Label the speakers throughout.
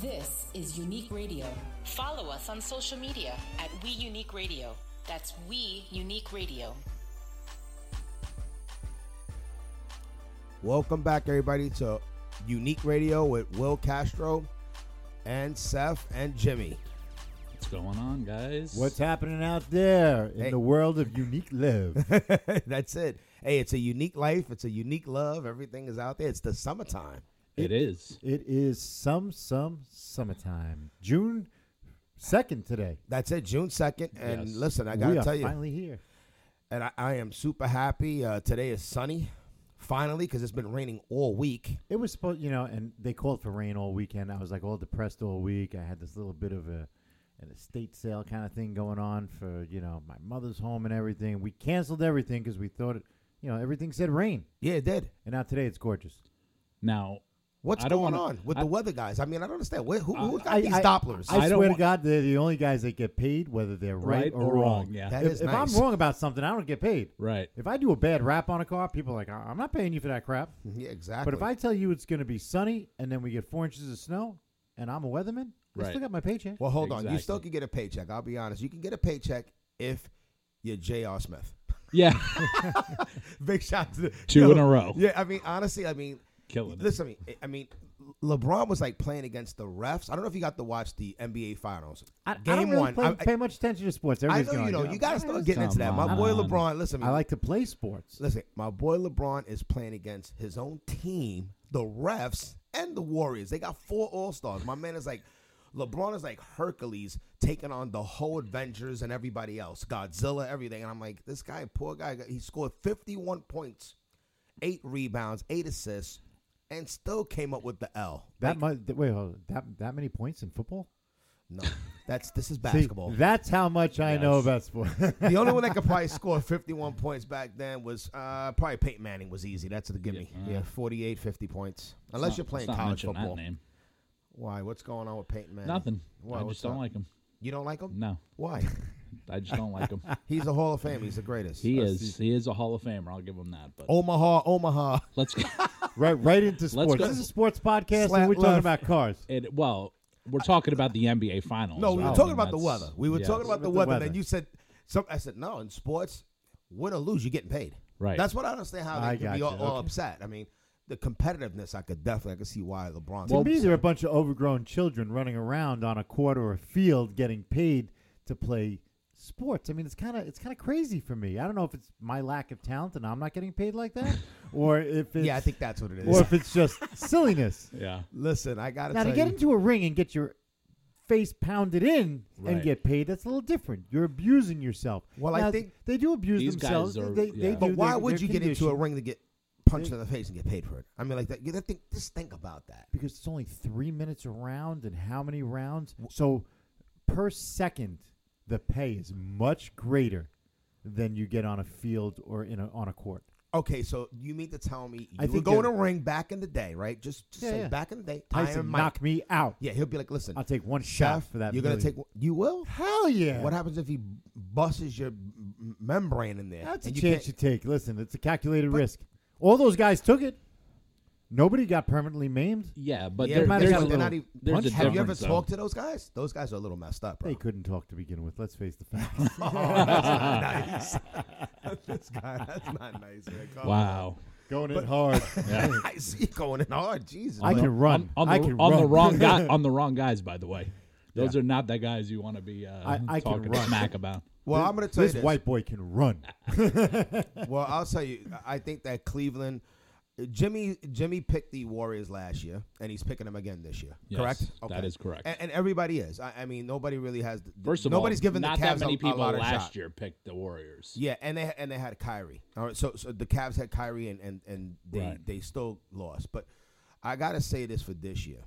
Speaker 1: This is Unique Radio. Follow us on social media at We Unique Radio. That's We Unique Radio.
Speaker 2: Welcome back, everybody, to Unique Radio with Will Castro and Seth and Jimmy.
Speaker 3: What's going on, guys?
Speaker 4: What's happening out there in
Speaker 2: Hey.
Speaker 4: the world of unique live?
Speaker 2: That's it. Hey, it's a unique life. It's a unique love. Everything is out there. It's the summertime.
Speaker 3: it is?
Speaker 4: it is some some summertime. June second today.
Speaker 2: That's it, June 2nd. And
Speaker 3: Yes.
Speaker 2: listen, I got
Speaker 4: we
Speaker 2: to
Speaker 4: are
Speaker 2: tell you,
Speaker 4: finally here.
Speaker 2: and I, I am super happy. Uh, today is sunny, finally, because it's been raining all week.
Speaker 4: It was supposed, you know, and they called for rain all weekend. I was like all depressed all week. I had this little bit of a an estate sale kind of thing going on for you know my mother's home and everything. We canceled everything because we thought, it, you know, everything said rain.
Speaker 2: Yeah, it did.
Speaker 4: And now today it's gorgeous.
Speaker 3: Now,
Speaker 2: What's
Speaker 3: I don't
Speaker 2: going
Speaker 3: wanna-
Speaker 2: on with
Speaker 3: I-
Speaker 2: the weather guys? I mean, I don't understand. Where, who, who got
Speaker 4: I-
Speaker 2: these
Speaker 4: I-
Speaker 2: Dopplers?
Speaker 4: I,
Speaker 3: I don't
Speaker 4: swear to
Speaker 3: wa-
Speaker 4: God, they're the only guys that get paid, whether they're
Speaker 3: Right
Speaker 4: right, or,
Speaker 3: or
Speaker 4: wrong.
Speaker 3: wrong, yeah.
Speaker 2: That
Speaker 4: if,
Speaker 2: is
Speaker 4: if
Speaker 2: nice.
Speaker 4: I'm wrong about something, I don't get paid.
Speaker 3: right?
Speaker 4: If I do a bad rap on a car, people are like, "I- I'm not paying you for that crap.
Speaker 2: yeah, exactly.
Speaker 4: But if I tell you it's going to be sunny and then we get four inches of snow and I'm a weatherman, I still
Speaker 3: Right.
Speaker 4: got my paycheck.
Speaker 2: Well, hold on. You
Speaker 3: Exactly.
Speaker 2: still can get a paycheck. I'll be honest. You can get a paycheck if you're J.R. Smith.
Speaker 3: Yeah,
Speaker 2: Big shot to the,
Speaker 3: Two
Speaker 2: Yo,
Speaker 3: in a row.
Speaker 2: Yeah, I mean, honestly, I mean,
Speaker 3: Killing it.
Speaker 2: listen, I mean, I mean, LeBron was like playing against the refs. I don't know if you got to watch the NBA Finals.
Speaker 4: I, I
Speaker 2: Game
Speaker 4: don't really
Speaker 2: one.
Speaker 4: play,
Speaker 2: I, I-
Speaker 4: pay much attention to sports.
Speaker 2: I know
Speaker 4: Everybody's
Speaker 2: you
Speaker 4: going,
Speaker 2: know.
Speaker 4: "Yeah,
Speaker 2: You got to
Speaker 4: I'm
Speaker 2: start
Speaker 4: not
Speaker 2: getting into that.
Speaker 3: Come
Speaker 2: My boy
Speaker 3: on.
Speaker 2: LeBron. Listen,
Speaker 4: really- I like to play sports.
Speaker 2: Listen, my boy LeBron is playing against his own team, the refs, and the Warriors. They got four All Stars. My man is like, LeBron is like Hercules taking on the whole Avengers and everybody else, Godzilla, everything. And I'm like, this guy, poor guy, he scored 51 points, eight rebounds, eight assists, and still came up with the L.
Speaker 4: That much. Wait, hold on. that that many points in football?
Speaker 2: No, that's this is
Speaker 4: See,
Speaker 2: basketball.
Speaker 4: that's how much I know
Speaker 3: Yes.
Speaker 4: about sports.
Speaker 2: the only one that could probably score 51 points back then was uh, probably Peyton Manning was easy. That's the gimme. Yeah, 48, 50 points. Unless
Speaker 3: Let's
Speaker 2: you're playing
Speaker 3: not
Speaker 2: college
Speaker 3: mention
Speaker 2: football.
Speaker 3: That name.
Speaker 2: Why? What's going on with Peyton Manning?
Speaker 3: Nothing.
Speaker 2: Why?
Speaker 3: I
Speaker 2: What's
Speaker 3: just don't
Speaker 2: up?
Speaker 3: like him.
Speaker 2: You don't like him?
Speaker 3: No,
Speaker 2: Why?
Speaker 3: I just don't like him.
Speaker 2: He's a Hall of Fame. He's the greatest.
Speaker 3: He is. He is a Hall of Famer. I'll give him that. But
Speaker 2: Omaha, Omaha.
Speaker 3: let's. Go,
Speaker 4: right, right into
Speaker 3: Let's
Speaker 4: sports.
Speaker 3: go-
Speaker 4: This is a sports podcast,
Speaker 2: Slap
Speaker 4: and we're talking
Speaker 2: left.
Speaker 4: about cars.
Speaker 3: it, well, we're talking about the NBA Finals.
Speaker 2: No, we were
Speaker 3: right?
Speaker 2: talking
Speaker 3: And
Speaker 2: about the
Speaker 3: that's-
Speaker 2: weather. We were
Speaker 3: yes.
Speaker 2: talking about the
Speaker 4: With the
Speaker 2: weather.
Speaker 4: weather.
Speaker 2: Then you said, some, I said, no, in sports, win or lose, you're getting paid.
Speaker 3: Right.
Speaker 2: That's what I understand how they
Speaker 4: I
Speaker 2: could be
Speaker 4: gotcha.
Speaker 2: all, all
Speaker 4: Okay.
Speaker 2: upset. I mean, the competitiveness, I could definitely, I could see why LeBron's.
Speaker 4: To me, they're a bunch of overgrown children running around on a court or a field getting paid to play sports. I mean, it's kind of it's kind of crazy for me. I don't know if it's my lack of talent and I'm not getting paid like that, or if it's
Speaker 2: yeah, I think that's what it
Speaker 4: or
Speaker 2: is.
Speaker 4: if it's just silliness.
Speaker 3: Yeah.
Speaker 2: Listen, I got
Speaker 4: Now to
Speaker 2: tell
Speaker 4: get
Speaker 2: you-
Speaker 4: into a ring and get your face pounded in and
Speaker 3: Right.
Speaker 4: get paid, that's a little different. You're abusing yourself.
Speaker 2: Well, I
Speaker 4: Now,
Speaker 2: think-
Speaker 4: they do abuse
Speaker 3: These guys
Speaker 4: themselves.
Speaker 3: are-
Speaker 4: they, they
Speaker 3: yeah.
Speaker 4: do.
Speaker 2: But why
Speaker 4: They're-
Speaker 2: would
Speaker 4: they're
Speaker 2: you get into a
Speaker 4: conditioned.
Speaker 2: ring to get punched in the face and get paid for it? I mean, like that. that thing, just think about that.
Speaker 4: because it's only three minutes a round and how many rounds? So per second, the pay is much greater than you get on a field or in a, on a court.
Speaker 2: Okay, so you mean to tell me you
Speaker 4: I
Speaker 2: would
Speaker 4: think
Speaker 2: go in a
Speaker 4: you're-
Speaker 2: ring back in the day, right? Just, just
Speaker 4: Yeah,
Speaker 2: say
Speaker 4: yeah.
Speaker 2: back in the day, Iron
Speaker 4: Tyson,
Speaker 2: Mike.
Speaker 4: knock me out.
Speaker 2: Yeah, he'll be like, listen,
Speaker 4: I'll take one shot
Speaker 2: Chef,
Speaker 4: for that.
Speaker 2: You're gonna
Speaker 4: million.
Speaker 2: take. You will.
Speaker 4: Hell yeah!
Speaker 2: What happens if he busts your m- membrane in there?
Speaker 4: That's a
Speaker 2: And you
Speaker 4: chance you
Speaker 2: can't-
Speaker 4: take. Listen, it's a calculated risk. All those guys took it. Nobody got permanently maimed.
Speaker 3: Yeah, but
Speaker 2: Yeah,
Speaker 3: there-
Speaker 4: might
Speaker 2: but
Speaker 3: there's,
Speaker 2: they're
Speaker 4: got a
Speaker 3: a
Speaker 4: little
Speaker 2: not even-
Speaker 3: there's a
Speaker 4: punch.
Speaker 2: Have you ever
Speaker 3: difference, though.
Speaker 2: talked to those guys? Those guys are a little messed up, bro.
Speaker 4: They couldn't talk to begin with. Let's face the facts.
Speaker 2: Oh, that's not nice. this guy, that's not nice. Man. Come
Speaker 3: Wow.
Speaker 4: Going in hard.
Speaker 2: on. I see you going in hard. Jesus.
Speaker 4: I
Speaker 2: man.
Speaker 4: can run.
Speaker 3: on the,
Speaker 4: I can
Speaker 3: on
Speaker 4: run.
Speaker 3: the wrong guy on the wrong guys by the way those
Speaker 4: Yeah.
Speaker 3: are not the guys you want to be uh,
Speaker 4: I- I can
Speaker 3: talking
Speaker 4: run.
Speaker 3: smack about
Speaker 2: Well, I'm gonna tell
Speaker 4: This
Speaker 2: you this.
Speaker 4: white boy can run.
Speaker 2: Well, I'll tell you. I think that Cleveland, Jimmy Jimmy picked the Warriors last year, and he's picking them again this year.
Speaker 3: Yes,
Speaker 2: correct?
Speaker 3: that is correct.
Speaker 2: A- And, everybody is. I, I mean, nobody really has. th-
Speaker 3: first of
Speaker 2: nobody's
Speaker 3: all
Speaker 2: given
Speaker 3: not
Speaker 2: the Cavs
Speaker 3: that many
Speaker 2: a,
Speaker 3: people
Speaker 2: a lot of
Speaker 3: last
Speaker 2: shot.
Speaker 3: year picked the warriors
Speaker 2: Yeah, and they and they had Kyrie. All right, so so the Cavs had Kyrie, and and and they
Speaker 3: Right.
Speaker 2: they still lost. But I gotta say this for this year.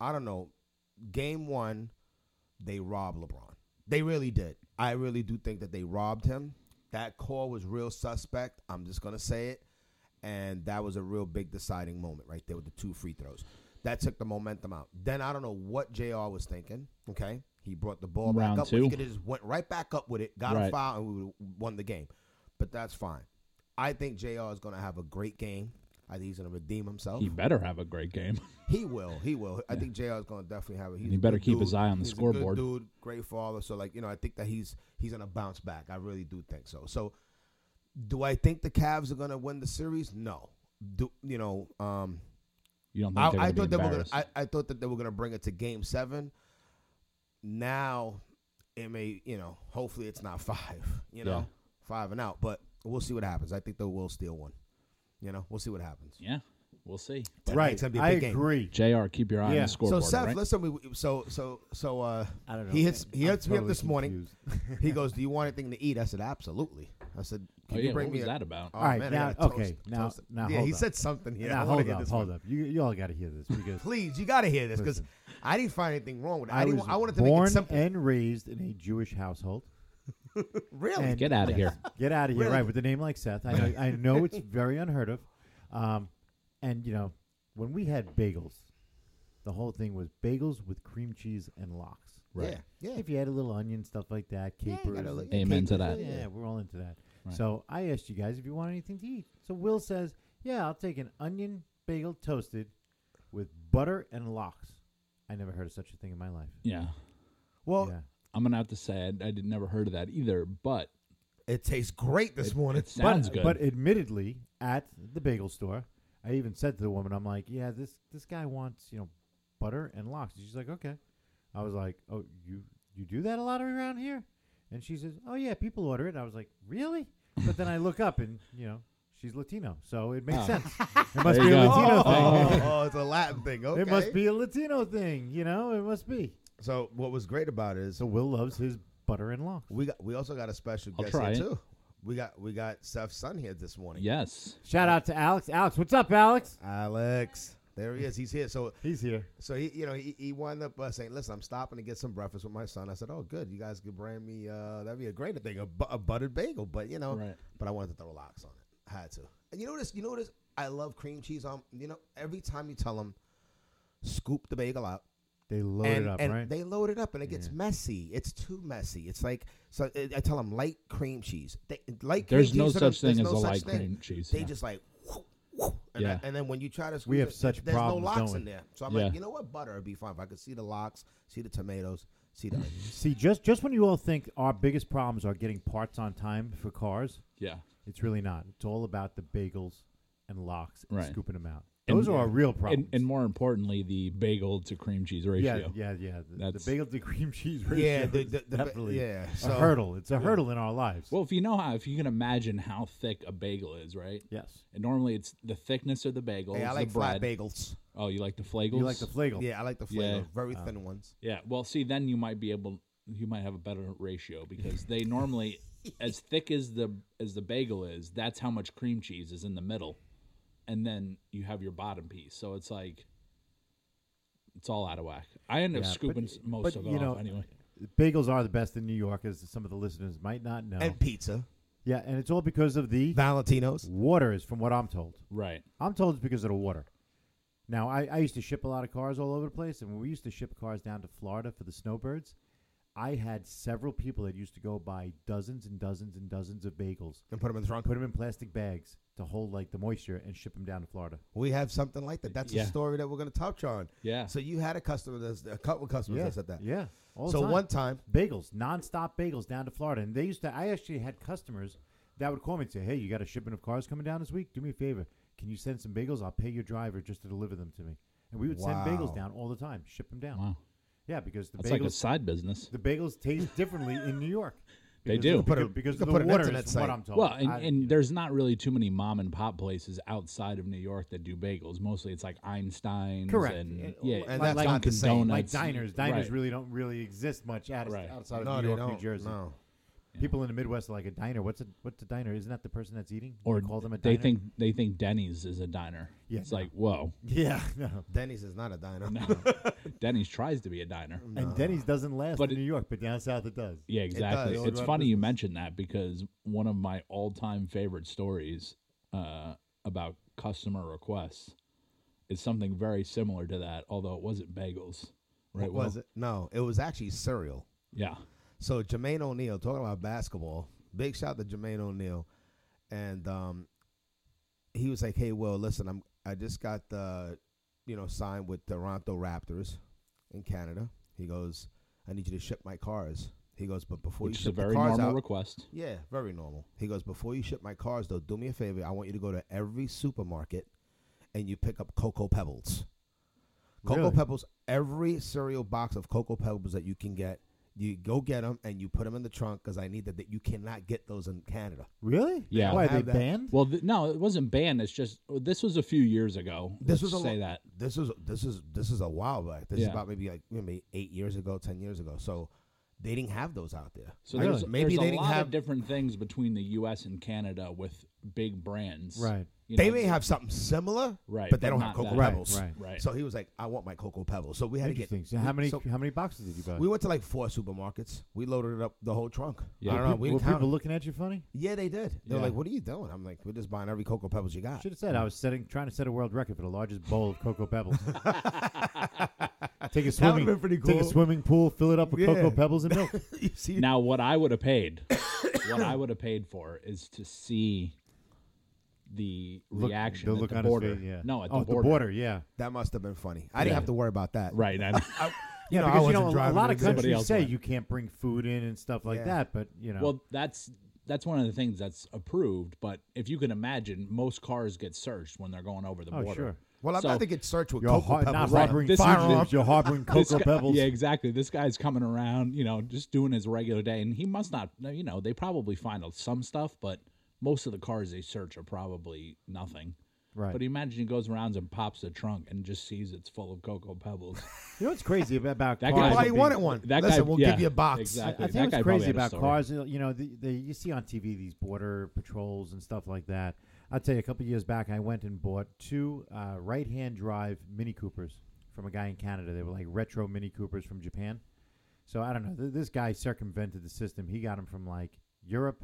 Speaker 2: I don't know. Game one, they robbed LeBron. They really did. I really do think that they robbed him. That call was real suspect. I'm just gonna say it. And that was a real big deciding moment right there with the two free throws. That took the momentum out. Then I don't know what JR was thinking. Okay. He brought the ball
Speaker 3: Round
Speaker 2: back up.
Speaker 3: two.
Speaker 2: He could have just went right back up with it, got a
Speaker 3: Right.
Speaker 2: foul, and we would have won the game. But that's fine. I think JR is going to have a great game. I think he's going to redeem himself.
Speaker 3: He
Speaker 2: He,
Speaker 3: better have a great game.
Speaker 2: will. He will. I think JR is going to definitely have it. He's
Speaker 3: he
Speaker 2: a
Speaker 3: better
Speaker 2: good
Speaker 3: keep his
Speaker 2: dude.
Speaker 3: eye on the
Speaker 2: He's a good
Speaker 3: scoreboard.
Speaker 2: dude, great father. So like you know, I think that he's he's going to bounce back. I really do think so. So do I think the Cavs are going to win the series? No. Do you know? Um,
Speaker 3: You don't think
Speaker 2: I,
Speaker 3: they're
Speaker 2: I
Speaker 3: going
Speaker 2: thought
Speaker 3: to be
Speaker 2: they were gonna,
Speaker 3: embarrassed?
Speaker 2: I, I thought that they were gonna bring it to game seven. Now it may you know, hopefully it's not five, you know,
Speaker 3: Yeah.
Speaker 2: five and out. But we'll see what happens. I think they will steal one. You know, we'll see what happens.
Speaker 3: yeah, we'll see.
Speaker 2: It's gonna be a
Speaker 4: I
Speaker 2: big game.
Speaker 4: agree.
Speaker 3: Jr. Keep your eye on
Speaker 4: Yeah.
Speaker 3: the
Speaker 2: So
Speaker 4: So,
Speaker 3: scoreboard. all
Speaker 2: Seth,
Speaker 3: right?
Speaker 2: listen, we so so so uh
Speaker 4: I don't know.
Speaker 2: he hits he
Speaker 4: I'm
Speaker 2: hits me up
Speaker 4: totally
Speaker 2: this morning.
Speaker 4: confused.
Speaker 2: he goes, Do you want anything to eat? I said, Absolutely. I said, Can
Speaker 3: oh,
Speaker 2: you
Speaker 3: yeah,
Speaker 2: bring
Speaker 3: what
Speaker 2: me
Speaker 3: was
Speaker 2: a-
Speaker 3: that about?
Speaker 2: Oh,
Speaker 4: All right,
Speaker 2: man,
Speaker 4: now-
Speaker 2: I gotta toast
Speaker 4: okay,
Speaker 2: it,
Speaker 4: now-
Speaker 2: toast it."
Speaker 4: now
Speaker 2: yeah,
Speaker 4: hold
Speaker 2: he
Speaker 4: up.
Speaker 2: said something here. I
Speaker 4: now
Speaker 2: wanna
Speaker 4: hold
Speaker 2: hear
Speaker 4: up,
Speaker 2: this
Speaker 4: hold
Speaker 2: one.
Speaker 4: up. You you all got to hear this because
Speaker 2: Please, you gotta hear this because
Speaker 4: Listen.
Speaker 2: I didn't find anything wrong with it. I,
Speaker 4: I,
Speaker 2: didn't,
Speaker 4: was
Speaker 2: I wanted to
Speaker 4: born
Speaker 2: make it simple.
Speaker 4: and raised in a Jewish household.
Speaker 2: really?
Speaker 4: And-
Speaker 3: Get outta
Speaker 4: yes,
Speaker 3: here.
Speaker 4: Get out of here!
Speaker 2: Really?
Speaker 4: Right with a name like Seth, I know, I know it's very unheard of. Um, and you know, when we had bagels, the whole thing was bagels with cream cheese and lox.
Speaker 3: Right.
Speaker 2: Yeah. Yeah.
Speaker 4: If you had a little onion, stuff like that,
Speaker 2: you
Speaker 4: capers.
Speaker 2: gotta li-
Speaker 4: and-
Speaker 2: yeah,
Speaker 3: Amen to
Speaker 2: capers,
Speaker 3: that.
Speaker 4: Yeah, we're all into that.
Speaker 3: Right.
Speaker 4: So I asked you guys if you want anything to eat. So Will says, "Yeah, I'll take an onion bagel toasted with butter and lox." I never heard of such a thing in my life.
Speaker 3: Yeah,
Speaker 2: Well,
Speaker 4: yeah.
Speaker 3: I'm gonna have to say I, I did never heard of that either. But
Speaker 2: it tastes great this morning.
Speaker 3: it sounds
Speaker 4: but,
Speaker 3: good.
Speaker 4: But admittedly, at the bagel store, I even said to the woman, "I'm like, yeah, this this guy wants you know butter and lox." She's like, "Okay." I was like, "Oh, you you do that a lot around here?" And she says, "Oh yeah, people order it." I was like, "Really?" But then I look up and you know she's Latino, so it makes
Speaker 3: Oh.
Speaker 4: sense. It must
Speaker 3: There
Speaker 4: be
Speaker 3: you
Speaker 4: a
Speaker 3: go.
Speaker 4: Latino
Speaker 2: oh,
Speaker 4: thing.
Speaker 2: oh, it's a Latin thing. Okay.
Speaker 4: It must be a Latino thing, you know. It must be.
Speaker 2: So what was great about it is
Speaker 4: So Will loves his butter and lox.
Speaker 2: we got we also got a special
Speaker 3: I'll
Speaker 2: guest
Speaker 3: try
Speaker 2: here
Speaker 3: it.
Speaker 2: too. We got we got Seth's son here this morning.
Speaker 3: yes,
Speaker 4: Shout out to Alex. Alex, what's up, Alex?
Speaker 2: Alex. There he is. He's here. So
Speaker 4: He's here.
Speaker 2: so he you know he, he wound up uh, saying, "Listen, I'm stopping to get some breakfast with my son." I said, "Oh, good. You guys could bring me uh, that'd be a great thing, a, bu- a buttered bagel." But you know,
Speaker 3: Right.
Speaker 2: but I wanted to throw locks on it. I had to. And you notice, you notice, I love cream cheese on. You know, every time you tell them, scoop the bagel out,
Speaker 4: They load
Speaker 2: and,
Speaker 4: it up,
Speaker 2: and
Speaker 4: right?
Speaker 2: they load it up and it gets messy. It's too messy. It's like so. uh, I- I tell them light cream cheese. They, light.
Speaker 3: There's
Speaker 2: cream
Speaker 3: no
Speaker 2: cheese to
Speaker 3: such
Speaker 2: them,
Speaker 3: thing
Speaker 2: there's
Speaker 3: as
Speaker 2: no
Speaker 3: a
Speaker 2: such
Speaker 3: light
Speaker 2: thing.
Speaker 3: cream cheese,
Speaker 2: They
Speaker 3: yeah.
Speaker 2: just like. whoop, whoop, and,
Speaker 3: Yeah.
Speaker 2: then- and then when you try to, squeeze
Speaker 4: We have
Speaker 2: it,
Speaker 4: such
Speaker 2: there's
Speaker 4: problems,
Speaker 2: no locks
Speaker 4: don't
Speaker 2: in
Speaker 4: we?
Speaker 2: there. So I'm
Speaker 3: Yeah.
Speaker 2: like, you know what, butter would be fine if I could see the locks, see the tomatoes, see the onions.
Speaker 4: See, just just when you all think our biggest problems are getting parts on time for cars,
Speaker 3: yeah,
Speaker 4: it's really not. It's all about the bagels and locks and
Speaker 3: Right.
Speaker 4: scooping them out.
Speaker 3: And-
Speaker 4: Those are our real
Speaker 3: and,
Speaker 4: problems.
Speaker 3: and more importantly, the bagel to cream cheese
Speaker 4: yeah,
Speaker 3: ratio.
Speaker 4: yeah, yeah. The, the
Speaker 3: That's-
Speaker 4: bagel to cream cheese ratio.
Speaker 2: Yeah, the-
Speaker 4: is
Speaker 2: the- the ba-
Speaker 4: definitely
Speaker 2: yeah,
Speaker 4: a
Speaker 2: so-
Speaker 4: hurdle. It's a hurdle in our lives.
Speaker 3: Well, if you know how, if you can imagine how thick a bagel is, right?
Speaker 4: yes.
Speaker 3: And normally it's the thickness of the bagel,
Speaker 2: hey, I
Speaker 3: it's
Speaker 2: like
Speaker 3: the
Speaker 2: flat
Speaker 3: bread.
Speaker 2: bagels.
Speaker 3: Oh, you like the flagels?
Speaker 4: You like the flagel.
Speaker 2: Yeah, I like the flavor.
Speaker 3: Yeah.
Speaker 2: Very thin ones.
Speaker 3: Yeah. Well, see, then you might be able, you might have a better ratio because they normally, as thick as the as the bagel is, that's how much cream cheese is in the middle, and then you have your bottom piece. So it's like, it's all out of whack. I end up
Speaker 4: Yeah,
Speaker 3: scooping
Speaker 4: but-
Speaker 3: s- most
Speaker 4: but,
Speaker 3: of it
Speaker 4: you
Speaker 3: off
Speaker 4: know,
Speaker 3: anyway.
Speaker 4: Bagels are the best in New York, as some of the listeners might not know.
Speaker 2: And pizza.
Speaker 4: yeah, and it's all because of the
Speaker 2: Valentino's.
Speaker 4: water, is from what I'm told.
Speaker 3: Right.
Speaker 4: I'm told it's because of the water. Now, I, I used to ship a lot of cars all over the place, and when we used to ship cars down to Florida for the snowbirds, I had several people that used to go buy dozens and dozens and dozens of bagels,
Speaker 2: And put them in the trunk.
Speaker 4: put them in plastic bags to hold like the moisture, and ship them down to Florida.
Speaker 2: We have something like that. That's a
Speaker 3: Yeah.
Speaker 2: story that we're going to touch on.
Speaker 3: Yeah.
Speaker 2: So you had a customer that's a couple customers that said that.
Speaker 4: yeah. All the
Speaker 2: So
Speaker 4: time.
Speaker 2: one time,
Speaker 4: bagels, nonstop bagels down to Florida, and they used to. I actually had customers that would call me and say, "Hey, you got a shipment of cars coming down this week? Do me a favor, can you send some bagels? I'll pay your driver just to deliver them to me." And we would send
Speaker 2: Wow.
Speaker 4: bagels down all the time, ship them down.
Speaker 3: Wow.
Speaker 4: Yeah, because the
Speaker 3: That's
Speaker 4: bagels
Speaker 3: like a side business.
Speaker 4: the bagels taste differently in New York.
Speaker 3: They
Speaker 4: Because
Speaker 3: do.
Speaker 4: of-
Speaker 2: Put a-
Speaker 4: beca- because
Speaker 2: you could
Speaker 4: of the
Speaker 2: put an
Speaker 4: water
Speaker 2: internet
Speaker 4: is what
Speaker 2: site.
Speaker 4: I'm told.
Speaker 3: Well, and,
Speaker 4: I-
Speaker 3: and there's not really too many mom and pop places outside of New York that do bagels. Mostly it's like Einstein's
Speaker 4: Correct.
Speaker 3: and
Speaker 4: It-
Speaker 3: yeah,
Speaker 4: like-
Speaker 2: And that's
Speaker 3: Dunkin'
Speaker 2: not the same.
Speaker 4: like
Speaker 3: Donuts.
Speaker 4: diners, diners
Speaker 3: Right.
Speaker 4: really don't really exist much out of,
Speaker 3: Right.
Speaker 4: outside of
Speaker 2: no,
Speaker 4: New
Speaker 2: they
Speaker 4: York,
Speaker 2: don't.
Speaker 4: New Jersey.
Speaker 2: No.
Speaker 4: People in the Midwest are like a diner. What's a what's a diner? Isn't that the person that's eating?
Speaker 3: or
Speaker 4: they call them a
Speaker 3: they
Speaker 4: diner.
Speaker 3: think they think Denny's is a diner.
Speaker 4: Yeah,
Speaker 3: it's
Speaker 4: no.
Speaker 3: like whoa,
Speaker 4: yeah, no.
Speaker 2: Denny's is not a diner.
Speaker 3: Denny's tries to be a diner.
Speaker 2: Mm.
Speaker 4: And Denny's doesn't last
Speaker 3: But
Speaker 4: in
Speaker 3: it-
Speaker 4: New York, but down south it does.
Speaker 3: Yeah, exactly.
Speaker 2: does.
Speaker 3: it's funny you mentioned that because one of my all-time favorite stories uh, about customer requests is something very similar to that, although it wasn't bagels. Right?
Speaker 2: What was
Speaker 3: Will?
Speaker 2: it? No, it was actually cereal.
Speaker 3: Yeah.
Speaker 2: So Jermaine O'Neal, talking about basketball, big shout to Jermaine O'Neal, and um, he was like, "Hey, Will, listen, I'm I just got the, you know, signed with Toronto Raptors in Canada." He goes, "I need you to ship my cars." He goes, "But before
Speaker 3: which
Speaker 2: you
Speaker 3: is a
Speaker 2: ship
Speaker 3: very
Speaker 2: the cars
Speaker 3: normal
Speaker 2: out,
Speaker 3: request.
Speaker 2: yeah, very normal." He goes, "Before you ship my cars, though, do me a favor. I want you to go to every supermarket, and you pick up cocoa pebbles. Cocoa
Speaker 4: Really?
Speaker 2: pebbles. Every cereal box of cocoa pebbles that you can get." You go get them and you put them in the trunk because I need that. That you cannot get those in Canada.
Speaker 4: Really?
Speaker 3: Yeah.
Speaker 4: Why
Speaker 2: Have that.
Speaker 4: they banned?
Speaker 3: Well, th- no, it wasn't banned. It's just this was a few years ago.
Speaker 2: This
Speaker 3: Let's
Speaker 2: was a
Speaker 3: say
Speaker 2: lo-
Speaker 3: that.
Speaker 2: This is this is this is a while back. This is
Speaker 3: Yeah.
Speaker 2: about maybe like maybe eight years ago, ten years ago. So they didn't have those out there.
Speaker 3: So
Speaker 2: I
Speaker 3: there's,
Speaker 2: just- maybe
Speaker 3: there's
Speaker 2: they
Speaker 3: a
Speaker 2: didn't
Speaker 3: lot
Speaker 2: have.
Speaker 3: of different things between the U.S. and Canada with big brands.
Speaker 4: Right.
Speaker 3: You
Speaker 2: they
Speaker 3: know,
Speaker 2: may have something similar,
Speaker 3: Right,
Speaker 2: But they
Speaker 3: but
Speaker 2: don't have
Speaker 3: not
Speaker 2: cocoa
Speaker 3: that. Right,
Speaker 2: pebbles.
Speaker 4: right.
Speaker 3: Right.
Speaker 2: So he was like, "I want my cocoa pebbles." So we had to get.
Speaker 4: Interesting. So how many
Speaker 2: so
Speaker 4: how many boxes did you buy?
Speaker 2: we went to like four supermarkets. We loaded it up the whole trunk.
Speaker 3: Yeah.
Speaker 2: I don't know.
Speaker 4: Were
Speaker 2: We
Speaker 4: people
Speaker 2: didn't count.
Speaker 4: looking at you funny?
Speaker 2: yeah, they did. They're
Speaker 3: Yeah.
Speaker 2: like, "What are you doing?" I'm like, "We're just buying every cocoa pebbles you got."
Speaker 4: Should have said I was setting trying to set a world record for the largest bowl of cocoa pebbles. take a
Speaker 2: That would've
Speaker 4: swimming
Speaker 2: been pretty
Speaker 4: take a
Speaker 2: cool.
Speaker 4: swimming pool, fill it up with cocoa
Speaker 2: Yeah.
Speaker 4: pebbles and milk.
Speaker 2: you see,
Speaker 3: Now, what I would have paid, what I would have paid for is to see the
Speaker 4: Look-
Speaker 3: reaction
Speaker 4: the
Speaker 3: at
Speaker 4: look
Speaker 3: the
Speaker 4: on
Speaker 3: border.
Speaker 4: his face, yeah.
Speaker 3: No, at
Speaker 4: oh,
Speaker 3: the border.
Speaker 4: yeah.
Speaker 2: that must have been funny. I didn't
Speaker 3: Yeah.
Speaker 2: have to worry about that.
Speaker 3: Right. I'm,
Speaker 2: I, you know, I
Speaker 4: because
Speaker 2: wasn't
Speaker 4: you know, a
Speaker 2: driving
Speaker 4: lot
Speaker 2: to
Speaker 4: of
Speaker 2: the game.
Speaker 3: Somebody
Speaker 4: countries
Speaker 3: else
Speaker 4: say
Speaker 3: went.
Speaker 4: you can't bring food in and stuff like
Speaker 2: Yeah.
Speaker 4: that, but you know,
Speaker 3: well, that's that's one of the things that's approved. But if you can imagine, most cars get searched when they're going over the
Speaker 4: Oh,
Speaker 3: border.
Speaker 4: sure.
Speaker 2: Well, I'm
Speaker 3: So-
Speaker 2: not to get searched with
Speaker 4: you're
Speaker 2: cocoa
Speaker 4: har-
Speaker 2: pebbles.
Speaker 4: not
Speaker 2: on it.
Speaker 4: harboring
Speaker 3: This is-
Speaker 4: firearms, you're harboring
Speaker 3: This
Speaker 4: cocoa
Speaker 3: guy-
Speaker 4: pebbles.
Speaker 3: Yeah, exactly. This guy's coming around, you know, just doing his regular day, and he must not. You know, they probably find out some stuff, but most of the cars they search are probably nothing.
Speaker 4: Right.
Speaker 3: But imagine he goes around and pops the trunk and just sees it's full of cocoa pebbles.
Speaker 4: You know what's crazy about, about
Speaker 3: That guy-
Speaker 4: cars?
Speaker 2: Why
Speaker 3: would
Speaker 2: you
Speaker 3: be-
Speaker 2: wanted one?
Speaker 3: that guy-
Speaker 2: Listen, we'll
Speaker 3: yeah,
Speaker 2: give you a box.
Speaker 4: I, I
Speaker 3: exactly.
Speaker 4: think
Speaker 3: That guy
Speaker 4: what's
Speaker 3: probably
Speaker 4: crazy
Speaker 3: had a
Speaker 4: about
Speaker 3: story.
Speaker 4: cars, you know- you know, the, the, you see on TV these border patrols and stuff like that. I'll tell you, a couple years back, I went and bought two uh, right-hand drive Mini Coopers from a guy in Canada. They were like retro Mini Coopers from Japan. So I don't know. Th- this guy circumvented the system. He got them from like Europe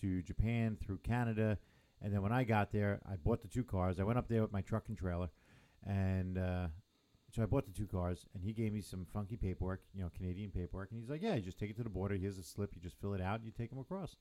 Speaker 4: to Japan through Canada, and then when I got there, I bought the two cars. I went up there with my truck and trailer, and uh, so I bought the two cars, and he gave me some funky paperwork, you know, Canadian paperwork, and he's like, "Yeah, you just take it to the border. Here's a slip. You just fill it out. and You take them across."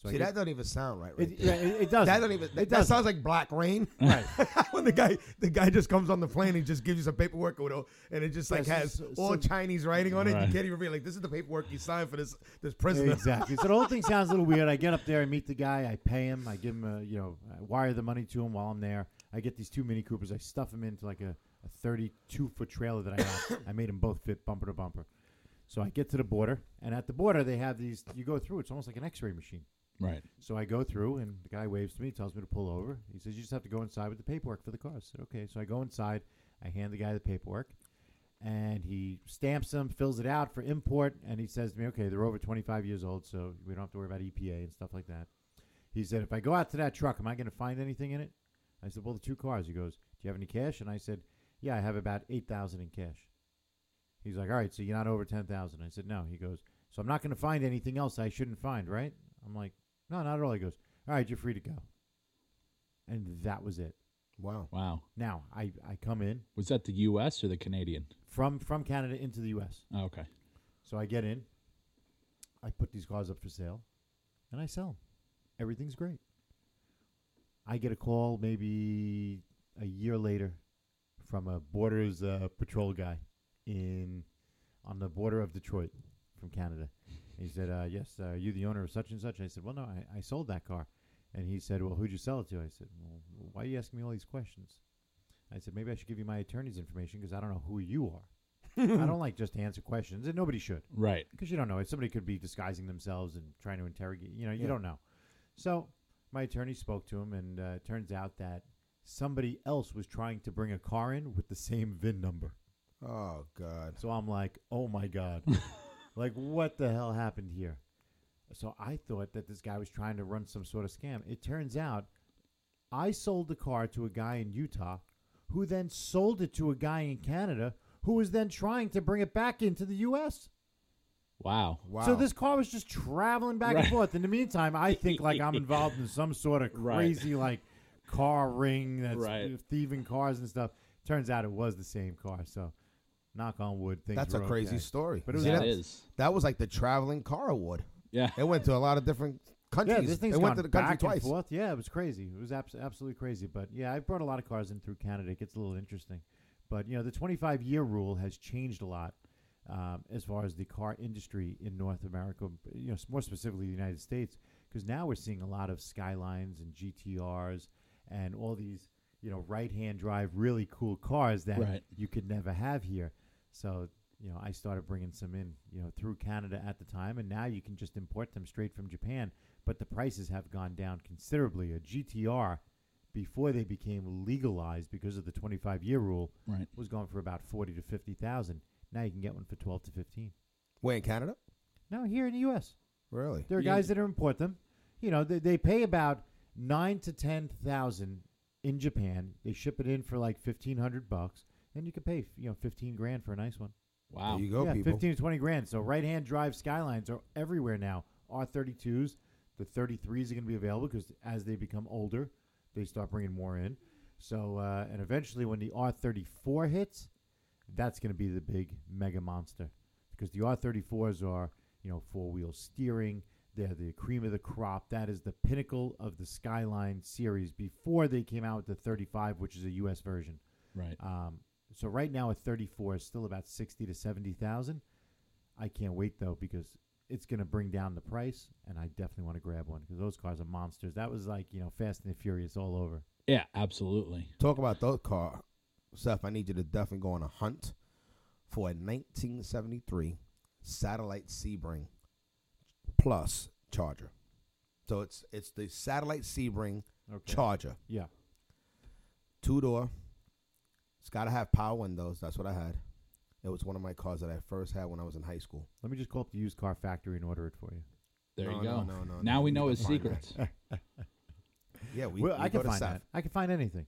Speaker 4: So
Speaker 2: See,
Speaker 4: I
Speaker 2: that
Speaker 4: get,
Speaker 2: doesn't even sound right. Right.
Speaker 4: it,
Speaker 2: there.
Speaker 4: yeah, it, it doesn't.
Speaker 2: that doesn't even. That, that sounds like Black Rain. Right. when the guy, the guy just comes on the plane and just gives you some paperwork, with all- and it just like
Speaker 4: Yeah,
Speaker 2: has
Speaker 4: so- so-
Speaker 2: all Chinese writing on it.
Speaker 3: Right.
Speaker 2: You can't even read. Like this is the paperwork you signed for this this prisoner.
Speaker 4: exactly. So the whole thing sounds a little weird. I get up there, I meet the guy, I pay him, I give him a, you know, I wire the money to him while I'm there. I get these two Mini Coopers, I stuff them into like a, a 32 foot trailer that I got. I made them both fit bumper to bumper. So I get to the border, and at the border they have these. You go through; it's almost like an X-ray machine.
Speaker 3: right.
Speaker 4: So I go through, and the guy waves to me, tells me to pull over. He says, "You just have to go inside with the paperwork for the car." I said, "Okay." So I go inside. I hand the guy the paperwork, and he stamps them, fills it out for import, and he says to me, "Okay, they're over 25 years old, so we don't have to worry about EPA and stuff like that." He said, "If I go out to that truck, am I going to find anything in it?" I said, "Well, the two cars." He goes, "Do you have any cash?" And I said, "Yeah, I have about eight thousand in cash." He's like, all right, so you're not over 10,000. I said, no. He goes, so I'm not going to find anything else I shouldn't find, right? I'm like, no, not at all. He goes, all right, you're free to go. And that was it.
Speaker 2: Wow.
Speaker 3: Wow.
Speaker 4: Now I, I come in
Speaker 3: Was that the U.S. or the Canadian?
Speaker 4: from, from Canada into the U.S.
Speaker 3: Oh, okay.
Speaker 4: So I get in, I put these cars up for sale, and I sell 'em. Everything's great. I get a call maybe a year later from a borders uh, patrol guy in on the border of Detroit from Canada. He said, uh, "Yes, uh, are you the owner of such and such?" I said, "Well, no, I, I sold that car." And he said, "Well, who'd you sell it to?" I said, "Well, why are you asking me all these questions?" I said, "Maybe I should give you my attorney's information because I don't know who you are. I don't like just to answer questions, and nobody should."
Speaker 3: Right.
Speaker 4: because you don't know. Somebody could be disguising themselves and trying to interrogate. You know, you
Speaker 2: Yeah.
Speaker 4: don't know. So my attorney spoke to him, and uh, it turns out that somebody else was trying to bring a car in with the same VIN number.
Speaker 2: Oh God.
Speaker 4: So I'm like, oh my god, like what the hell happened here? So I thought that this guy was trying to run some sort of scam. It turns out I sold the car to a guy in Utah who then sold it to a guy in Canada who was then trying to bring it back into the US.
Speaker 3: Wow.
Speaker 2: Wow.
Speaker 4: So this car was just traveling back and
Speaker 3: Right.
Speaker 4: forth. In the meantime, I think like I'm involved in some sort of
Speaker 3: Right.
Speaker 4: crazy like car ring that's
Speaker 3: Right.
Speaker 4: thieving cars and stuff. Turns out it was the same car. So knock on wood, things.
Speaker 2: That's
Speaker 4: were
Speaker 2: a crazy
Speaker 4: okay.
Speaker 2: story.
Speaker 4: But it was
Speaker 3: That
Speaker 4: nuts.
Speaker 3: is.
Speaker 2: That was like the traveling car award.
Speaker 3: Yeah.
Speaker 2: It went to a lot of different countries.
Speaker 4: Yeah, this thing's
Speaker 2: they
Speaker 4: gone
Speaker 2: went to the country
Speaker 4: back
Speaker 2: twice.
Speaker 4: and forth. Yeah, it was crazy. It was abs- absolutely crazy. But yeah, I've brought a lot of cars in through Canada. It gets a little interesting. But you know, the 25 year rule has changed a lot um, as far as the car industry in North America. You know, s- more specifically the United States, because now we're seeing a lot of Skylines and GTRs and all these you know right hand drive really cool cars that
Speaker 3: Right.
Speaker 4: you could never have here. So. You know, I started bringing some in, you know, through Canada at the time, and now you can just import them straight from Japan but the prices have gone down considerably. A GTR, before they became legalized because of the 25 year rule,
Speaker 3: Right.
Speaker 4: was going for about 40 to 50,000. Now you can get one for 12 to 15.
Speaker 2: Where in Canada?
Speaker 4: Now here in the U.S.,
Speaker 2: Really?
Speaker 4: there are
Speaker 3: Yeah.
Speaker 4: guys that import them. You know, they, they pay about nine to 10,000 in Japan. They ship it in for like 1,500 bucks, and you can pay you know 15 grand for a nice one.
Speaker 3: Wow.
Speaker 2: There you go,
Speaker 4: yeah,
Speaker 2: people.
Speaker 4: 15 to 20 grand. So right hand drive skylines are everywhere now. R32s, the 33s are going to be available because as they become older, they start bringing more in. So, uh, and eventually when the R34 hits, that's going to be the big mega monster because the R34s are, you know, four wheel steering. They're the cream of the crop. That is the pinnacle of the Skyline series before they came out with the 35, which is a U.S. version.
Speaker 3: Right.
Speaker 4: Um, so right now at 34 is still about 60 to 70,000. I can't wait though because it's going to bring down the price and I definitely want to grab one because those cars are monsters. That was like, you know, Fast and the Furious all over.
Speaker 3: Yeah, absolutely.
Speaker 2: Talk about those car, Seth. I need you to definitely go on a hunt for a 1973 Satellite Sebring Plus Charger. So it's it's the Satellite Sebring
Speaker 4: Okay.
Speaker 2: Charger,
Speaker 4: Yeah.
Speaker 2: two door. It's got to have power windows. That's what I had. It was one of my cars that I first had when I was in high school.
Speaker 4: Let me just call up the used car factory and order it for you.
Speaker 3: There
Speaker 2: No,
Speaker 3: you
Speaker 2: no,
Speaker 3: go.
Speaker 2: no, no,
Speaker 3: now
Speaker 2: no,
Speaker 3: we
Speaker 2: we
Speaker 3: know
Speaker 2: can
Speaker 3: his
Speaker 2: find
Speaker 3: secrets.
Speaker 2: Yeah, we,
Speaker 4: well,
Speaker 2: we
Speaker 4: I
Speaker 2: go
Speaker 4: can
Speaker 2: to
Speaker 4: find
Speaker 2: Seth.
Speaker 4: that. I can find anything.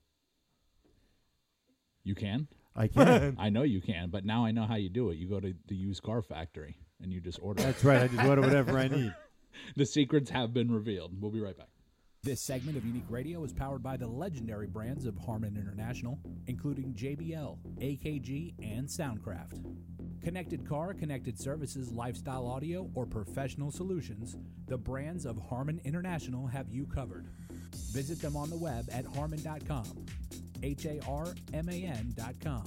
Speaker 3: You can.
Speaker 4: I can.
Speaker 3: I know you can, but now I know how you do it. You go to the used car factory and you just order. it.
Speaker 4: That's right. I just order whatever I need.
Speaker 3: The secrets have been revealed. We'll be right back.
Speaker 5: This segment of Unique Radio is powered by the legendary brands of Harman International, including JBL, AKG, and Soundcraft. Connected car, connected services, lifestyle audio, or professional solutions, the brands of Harman International have you covered. Visit them on the web at harman.com. H A R M A N.com.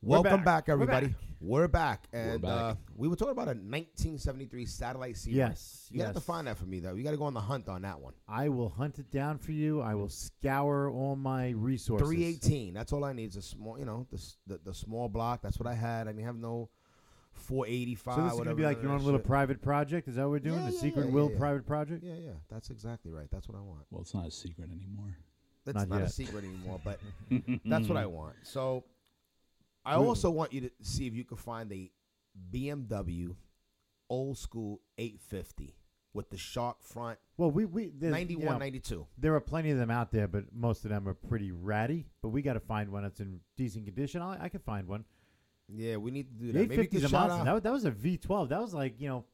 Speaker 2: Welcome
Speaker 4: back.
Speaker 2: back,
Speaker 4: We're
Speaker 2: everybody.
Speaker 4: back.
Speaker 2: We're back, and
Speaker 3: back.
Speaker 2: Uh, we were talking about a 1973 satellite Sebring.
Speaker 4: Yes,
Speaker 2: you gotta have to
Speaker 4: yes.
Speaker 2: find that for me though. You got to go on the hunt on that one.
Speaker 4: I will hunt it down for you. I will scour all my resources.
Speaker 2: 318. That's all I need. Is a small, you know, the, s- the the small block. That's what I had. I didn't have no 485.
Speaker 4: So this is going to
Speaker 2: whatever
Speaker 4: be
Speaker 2: none
Speaker 4: like
Speaker 2: of
Speaker 4: your
Speaker 2: that
Speaker 4: own little
Speaker 2: shit.
Speaker 4: private project. Is that what we're doing?
Speaker 2: Yeah,
Speaker 4: the
Speaker 2: yeah,
Speaker 4: secret
Speaker 2: yeah,
Speaker 4: will
Speaker 2: yeah.
Speaker 4: private project?
Speaker 2: Yeah, yeah. That's exactly right. That's what I want.
Speaker 3: Well, it's not a secret anymore.
Speaker 2: That's
Speaker 4: Not
Speaker 2: not, a
Speaker 4: yet.
Speaker 2: secret anymore, but that's what I want. So I also want you to see if you can find a BMW old school 850 with the shark front
Speaker 4: Well, we we there's, you
Speaker 2: 91
Speaker 4: know,
Speaker 2: 92.
Speaker 4: There are plenty of them out there, but most of them are pretty ratty. But we got to find one that's in decent condition. I, I could find one.
Speaker 2: Yeah, we need to do
Speaker 4: The
Speaker 2: that. Maybe
Speaker 4: 850 is
Speaker 2: the
Speaker 4: a
Speaker 2: shout
Speaker 4: monster. That,
Speaker 2: out.
Speaker 4: wa- that was a V12. That was like you know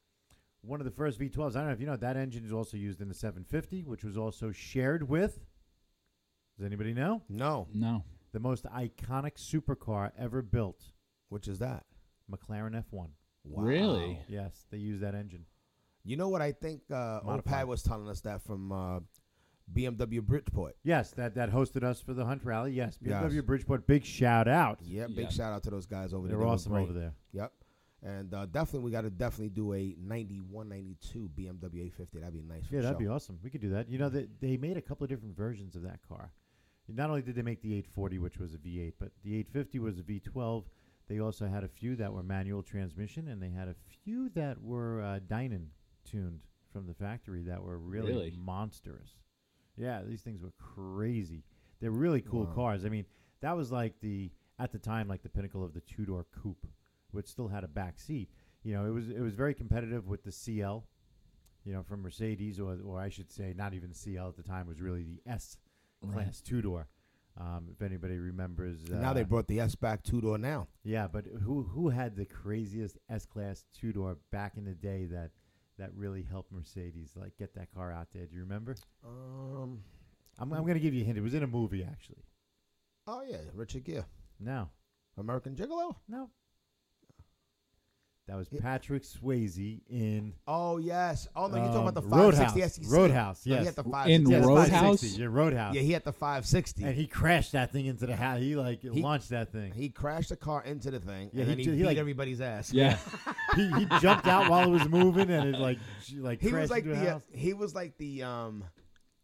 Speaker 4: one of the first V12s. I don't know if you know that engine is also used in the 750, which was also shared with. Does anybody know
Speaker 2: No,
Speaker 3: No.
Speaker 4: the most iconic supercar ever built?
Speaker 2: which is that?
Speaker 4: McLaren F1.
Speaker 3: Really?
Speaker 4: Yes, they used that engine.
Speaker 2: You know what I think uh, old
Speaker 4: Modified.
Speaker 2: Pat was telling us that from uh, BMW Bridgeport.
Speaker 4: Yes, that that hosted us for the Hunt Rally. Yes, BMW
Speaker 2: Yes.
Speaker 4: Bridgeport. Big shout out.
Speaker 2: Yeah, big
Speaker 3: Yeah.
Speaker 2: shout out to those guys over
Speaker 4: They're
Speaker 2: there. They were
Speaker 4: awesome
Speaker 2: great.
Speaker 4: over there.
Speaker 2: Yep. And uh, definitely, we got to definitely do a 91, 92 BMW 850. That'd be nice. For
Speaker 4: Yeah,
Speaker 2: the
Speaker 4: that'd
Speaker 2: show.
Speaker 4: be awesome. We could do that. You know, they, they made a couple of different versions of that car. Not only did they make the 840, which was a V8, but the 850 was a V12. They also had a few that were manual transmission, and they had a few that were uh, Dynan tuned from the factory that were really,
Speaker 3: Really?
Speaker 4: monstrous. Yeah, these things were crazy. They're really cool cars. I mean, that was like the at the time like the pinnacle of the two door coupe, which still had a back seat. You know, it was it was very competitive with the CL you know, from Mercedes, or, or I should say, not even CL at the time was really the S
Speaker 3: Right.
Speaker 4: class two door. Um, if anybody remembers, uh,
Speaker 2: And now they brought the S back two door now.
Speaker 4: yeah, but who who had the craziest S class two door back in the day that that really helped Mercedes like get that car out there? Do you remember?
Speaker 2: Um.
Speaker 4: I'm I'm gonna give you a hint. It was in a movie actually.
Speaker 2: Oh yeah, Richard Gere,
Speaker 4: No,
Speaker 2: American Gigolo.
Speaker 4: no. That was Patrick Swayze in
Speaker 2: Oh yes. Oh no, you're talking
Speaker 4: Um,
Speaker 2: about the five
Speaker 4: Roadhouse.
Speaker 2: sixty SEC.
Speaker 4: Roadhouse,
Speaker 2: No, he
Speaker 4: yes.
Speaker 2: had the
Speaker 4: In
Speaker 2: 560.
Speaker 3: Yeah,
Speaker 4: Yeah,
Speaker 3: the Roadhouse?
Speaker 4: 560, Yeah, Roadhouse.
Speaker 2: Yeah, he had the five sixty.
Speaker 4: and he crashed that thing into the house. He like launched that thing.
Speaker 2: He crashed the car into the thing,
Speaker 4: Yeah,
Speaker 2: and
Speaker 4: he
Speaker 2: then he,
Speaker 4: ju- he,
Speaker 2: beat
Speaker 4: like-
Speaker 2: everybody's ass.
Speaker 3: Yeah.
Speaker 4: he, he jumped out while it was moving, and it like j- like
Speaker 2: he
Speaker 4: crashed
Speaker 2: was like
Speaker 4: into
Speaker 2: the
Speaker 4: a
Speaker 2: uh,
Speaker 4: house.
Speaker 2: he was like the um